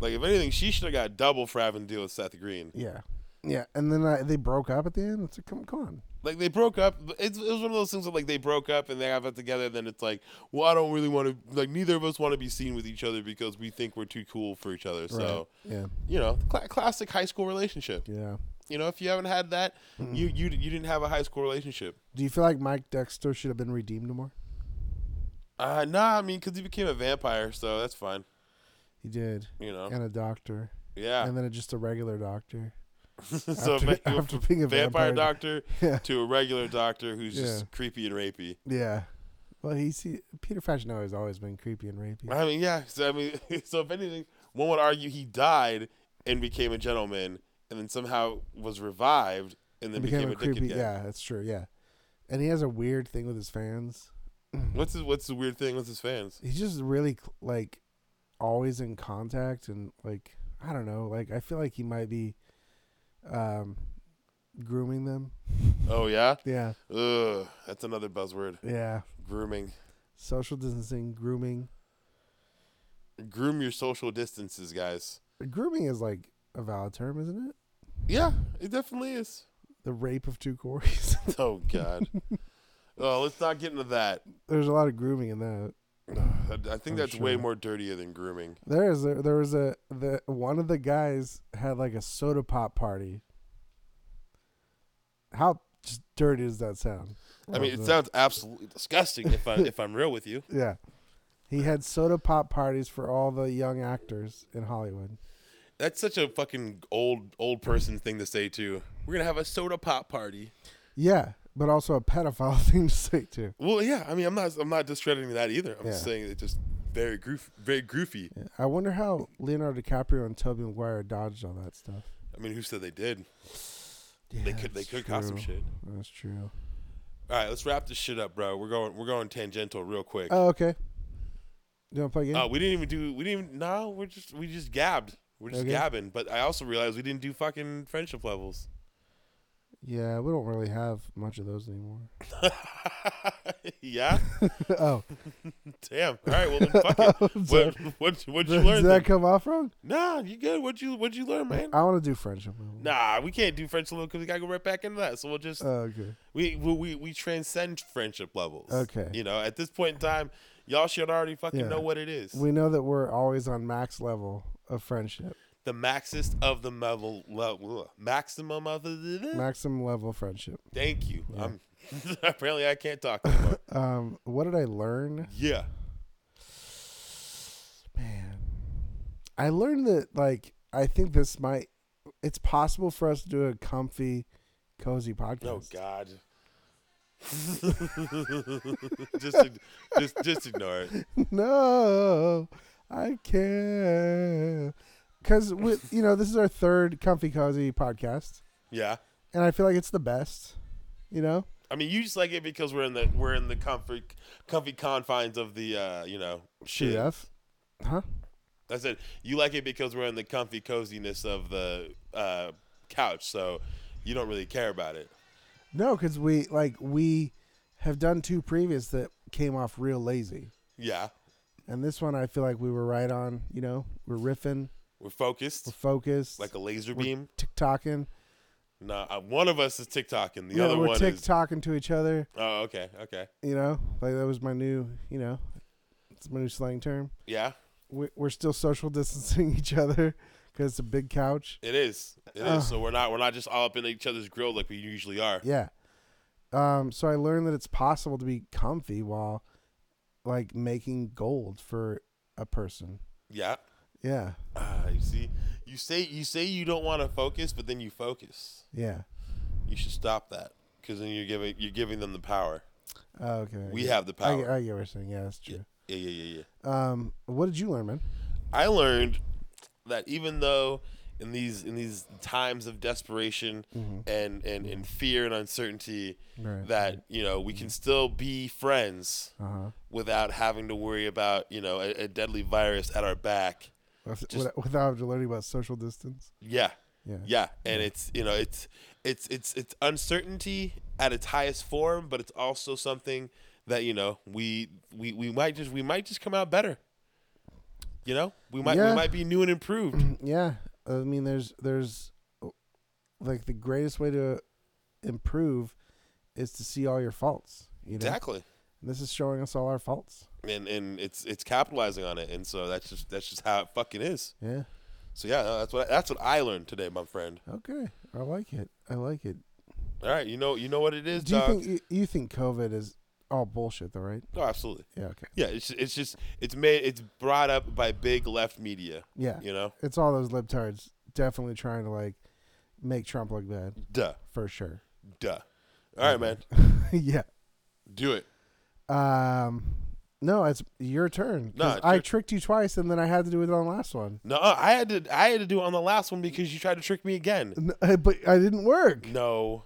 Speaker 1: Like if anything, she should have got double for having to deal with Seth Green.
Speaker 2: Yeah, yeah, and then I, they broke up at the end. It's like, come, come on.
Speaker 1: Like they broke up. It's, it was one of those things that like they broke up and they have it together. Then it's like, well, I don't really want to. Like neither of us want to be seen with each other because we think we're too cool for each other. So
Speaker 2: Yeah,
Speaker 1: you know, cla classic high school relationship.
Speaker 2: yeah.
Speaker 1: You know, if you haven't had that, you you you didn't have a high school relationship.
Speaker 2: Do you feel like Mike Dexter should have been redeemed more?
Speaker 1: Uh, nah, I mean, because he became a vampire, so that's fine.
Speaker 2: He did.
Speaker 1: You know,
Speaker 2: And a doctor.
Speaker 1: yeah.
Speaker 2: And then a, just a regular doctor.
Speaker 1: Ah. so
Speaker 2: after-
Speaker 1: ma- you went
Speaker 2: after
Speaker 1: from
Speaker 2: being a vampire-
Speaker 1: doctor
Speaker 2: Yeah.
Speaker 1: to a regular doctor who's
Speaker 2: Yeah.
Speaker 1: just creepy and rapey.
Speaker 2: Yeah. Well, he see Peter Fashionow has always been creepy and rapey.
Speaker 1: I mean, yeah. So I mean, so if anything, one would argue he died and became a gentleman, and then somehow was revived and then
Speaker 2: He
Speaker 1: became,
Speaker 2: became a
Speaker 1: a, dick
Speaker 2: creepy.
Speaker 1: again.
Speaker 2: Yeah, that's true. Yeah. And he has a weird thing with his fans.
Speaker 1: What's his, what's the weird thing with his fans?
Speaker 2: He's just really cl- like always in contact and like I don't know. Like I feel like he might be um grooming them.
Speaker 1: Oh yeah.
Speaker 2: Yeah.
Speaker 1: Ugh, that's another buzzword.
Speaker 2: Yeah.
Speaker 1: Grooming.
Speaker 2: Social distancing, grooming.
Speaker 1: Groom your social distances, guys.
Speaker 2: Grooming is like a valid term, isn't it?
Speaker 1: Yeah, it definitely is.
Speaker 2: The rape of two Corys.
Speaker 1: Oh God. oh, let's not get into that.
Speaker 2: There's a lot of grooming in that.
Speaker 1: I, I think
Speaker 2: I'm
Speaker 1: that's way
Speaker 2: sure.
Speaker 1: more dirtier than grooming.
Speaker 2: There is there, there was a the one of the guys had like a soda pop party. How just dirty does that sound?
Speaker 1: I mean,
Speaker 2: Of
Speaker 1: it
Speaker 2: the-
Speaker 1: sounds absolutely disgusting if I if I'm real with you.
Speaker 2: yeah. He had soda pop parties for all the young actors in Hollywood.
Speaker 1: That's such a fucking old old person thing to say too. We're gonna have a soda pop party.
Speaker 2: Yeah, but also a pedophile thing to say too.
Speaker 1: Well, yeah. I mean, I'm not I'm not discrediting that either. I'm just
Speaker 2: Yeah.
Speaker 1: saying it's just very groof, very groofy.
Speaker 2: I wonder how Leonardo DiCaprio and Tobey Maguire dodged all that stuff.
Speaker 1: I mean, who said they did?
Speaker 2: Yeah,
Speaker 1: they could they
Speaker 2: that's
Speaker 1: could cause some
Speaker 2: true.
Speaker 1: shit.
Speaker 2: That's true.
Speaker 1: All right, let's wrap this shit up, bro. We're going we're going tangential real quick.
Speaker 2: Oh, okay. You want to play a game?
Speaker 1: Uh, we didn't even do. We didn't. even No, we're just we just gabbed. We're just
Speaker 2: Okay.
Speaker 1: gabbing. But I also realized we didn't do fucking friendship levels.
Speaker 2: yeah, we don't really have much of those anymore.
Speaker 1: yeah.
Speaker 2: oh,
Speaker 1: Damn. All right. Well, then fuck it. What what what you
Speaker 2: did,
Speaker 1: learn?
Speaker 2: that
Speaker 1: then?
Speaker 2: come off wrong?
Speaker 1: Nah, you good? What you what you learn, man?
Speaker 2: I want to do friendship. level.
Speaker 1: Nah, we can't do friendship level because we gotta go right back into that. So we'll just
Speaker 2: Oh, okay.
Speaker 1: we, we we we transcend friendship levels.
Speaker 2: Okay.
Speaker 1: You know, at this point in time, y'all should already fucking
Speaker 2: Yeah.
Speaker 1: know what it is.
Speaker 2: We know that we're always on max level of friendship,
Speaker 1: the maxist of the level, level maximum of the.
Speaker 2: maximum level friendship.
Speaker 1: Thank you. I'm, apparently, I can't talk anymore.
Speaker 2: Um, what did I learn?
Speaker 1: yeah.
Speaker 2: Man, I learned that like I think this might. It's possible for us to do a comfy, cozy podcast.
Speaker 1: Oh God. just, ig- just, just ignore it.
Speaker 2: no, I can't. Because with you know this is our third comfy cozy podcast,
Speaker 1: Yeah.
Speaker 2: and I feel like it's the best. You know,
Speaker 1: I mean, you just like it because we're in the we're in the comfy, comfy confines of the uh, you know shit.
Speaker 2: GF, huh?
Speaker 1: I said you like it because we're in the comfy coziness of the uh, couch, so you don't really care about it.
Speaker 2: No, because we like we have done two previous that came off real lazy,
Speaker 1: Yeah,
Speaker 2: and this one I feel like we were right on. You know, we're riffing,
Speaker 1: we're focused
Speaker 2: we're focused,
Speaker 1: like a laser beam.
Speaker 2: tick tocking.
Speaker 1: Nah, uh, one of us is TikToking, the
Speaker 2: Yeah,
Speaker 1: other
Speaker 2: we're
Speaker 1: one
Speaker 2: tick
Speaker 1: is.
Speaker 2: tocking to each other.
Speaker 1: Oh, okay, okay,
Speaker 2: You know, like that was my new, you know, it's my new slang term.
Speaker 1: yeah,
Speaker 2: We- We're still social distancing each other because it's a big couch.
Speaker 1: it is, It is.
Speaker 2: Ugh.
Speaker 1: So we're not we're not just all up in each other's grill like we usually are.
Speaker 2: Yeah. Um. So I learned that it's possible to be comfy while, like, making gold for a person.
Speaker 1: Yeah.
Speaker 2: Yeah.
Speaker 1: Ah, you see, you say you say you don't want to focus, but then you focus.
Speaker 2: Yeah.
Speaker 1: You should stop that because then you're giving you're giving them the power.
Speaker 2: Oh, okay. I
Speaker 1: We
Speaker 2: get-
Speaker 1: have the
Speaker 2: I,
Speaker 1: power.
Speaker 2: get- I get what you're saying. Yeah, that's true.
Speaker 1: yeah, yeah, yeah, yeah.
Speaker 2: Um. What did you learn, man?
Speaker 1: I learned that even though in these in these times of desperation and, and and fear and uncertainty,
Speaker 2: Mm-hmm. Right,
Speaker 1: that you know we can still be friends
Speaker 2: Uh huh.
Speaker 1: without having to worry about you know a, a deadly virus at our back.
Speaker 2: Without, without learning about social distance.
Speaker 1: Yeah,
Speaker 2: Yeah.
Speaker 1: yeah, and it's you know it's it's it's it's uncertainty at its highest form, but it's also something that you know we we we might just we might just come out better. You know, we might
Speaker 2: Yeah.
Speaker 1: we might be new and improved.
Speaker 2: Mm, Yeah. I mean, there's there's uh, like the greatest way to improve is to see all your faults. You know?
Speaker 1: Exactly.
Speaker 2: This is showing us all our faults.
Speaker 1: and and it's it's capitalizing on it, and so that's just that's just how it fucking is.
Speaker 2: Yeah.
Speaker 1: So yeah, no, that's what that's what I learned today, my friend.
Speaker 2: Okay. I like it. I like it.
Speaker 1: All right, you know you know what it is,
Speaker 2: Do you
Speaker 1: dog.
Speaker 2: think you, you think COVID is all bullshit though, right?
Speaker 1: oh, absolutely.
Speaker 2: Yeah. Okay.
Speaker 1: Yeah, it's it's just it's made it's brought up by big left media.
Speaker 2: Yeah.
Speaker 1: You know,
Speaker 2: It's all those libtards definitely trying to like make Trump look bad
Speaker 1: duh,
Speaker 2: for sure.
Speaker 1: duh. All right, man,
Speaker 2: yeah.
Speaker 1: do it.
Speaker 2: Um. No, it's your turn. 'cause
Speaker 1: No, it's
Speaker 2: I
Speaker 1: your-
Speaker 2: tricked you twice, and then I had to do it on the last one.
Speaker 1: No, uh, I had to I had to do it on the last one because you tried to trick me again.
Speaker 2: N- uh, but I didn't work.
Speaker 1: No,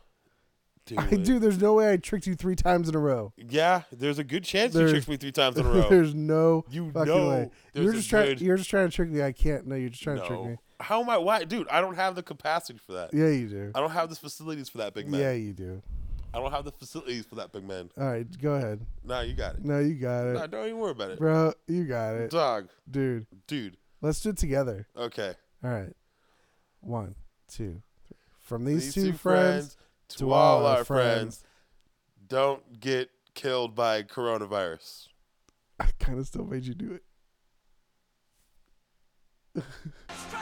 Speaker 1: do
Speaker 2: I
Speaker 1: it.
Speaker 2: do. There's no way I tricked you three times in a row.
Speaker 1: Yeah, there's a good chance
Speaker 2: There's-
Speaker 1: you tricked me three times in a row.
Speaker 2: there's no
Speaker 1: You
Speaker 2: fucking
Speaker 1: know
Speaker 2: way.
Speaker 1: there's
Speaker 2: You're
Speaker 1: a
Speaker 2: just trying.
Speaker 1: good-
Speaker 2: You're just trying to trick me. I can't. No, you're just trying to trick me.
Speaker 1: No, how am I? Why, dude? I don't have the capacity for that.
Speaker 2: Yeah, you do.
Speaker 1: I don't have the facilities for that, big man.
Speaker 2: Yeah, you do.
Speaker 1: I don't have the facilities for that, big man.
Speaker 2: All right, go ahead.
Speaker 1: Nah, you got it.
Speaker 2: No, you got
Speaker 1: Nah,
Speaker 2: it,
Speaker 1: don't even worry about it.
Speaker 2: bro. You got it,
Speaker 1: Dog,
Speaker 2: dude.
Speaker 1: dude.
Speaker 2: Let's do it together.
Speaker 1: Okay.
Speaker 2: All right. One, two, three. From these, two, friends,
Speaker 1: to all our friends, don't get killed by coronavirus.
Speaker 2: I kind of still made you do it.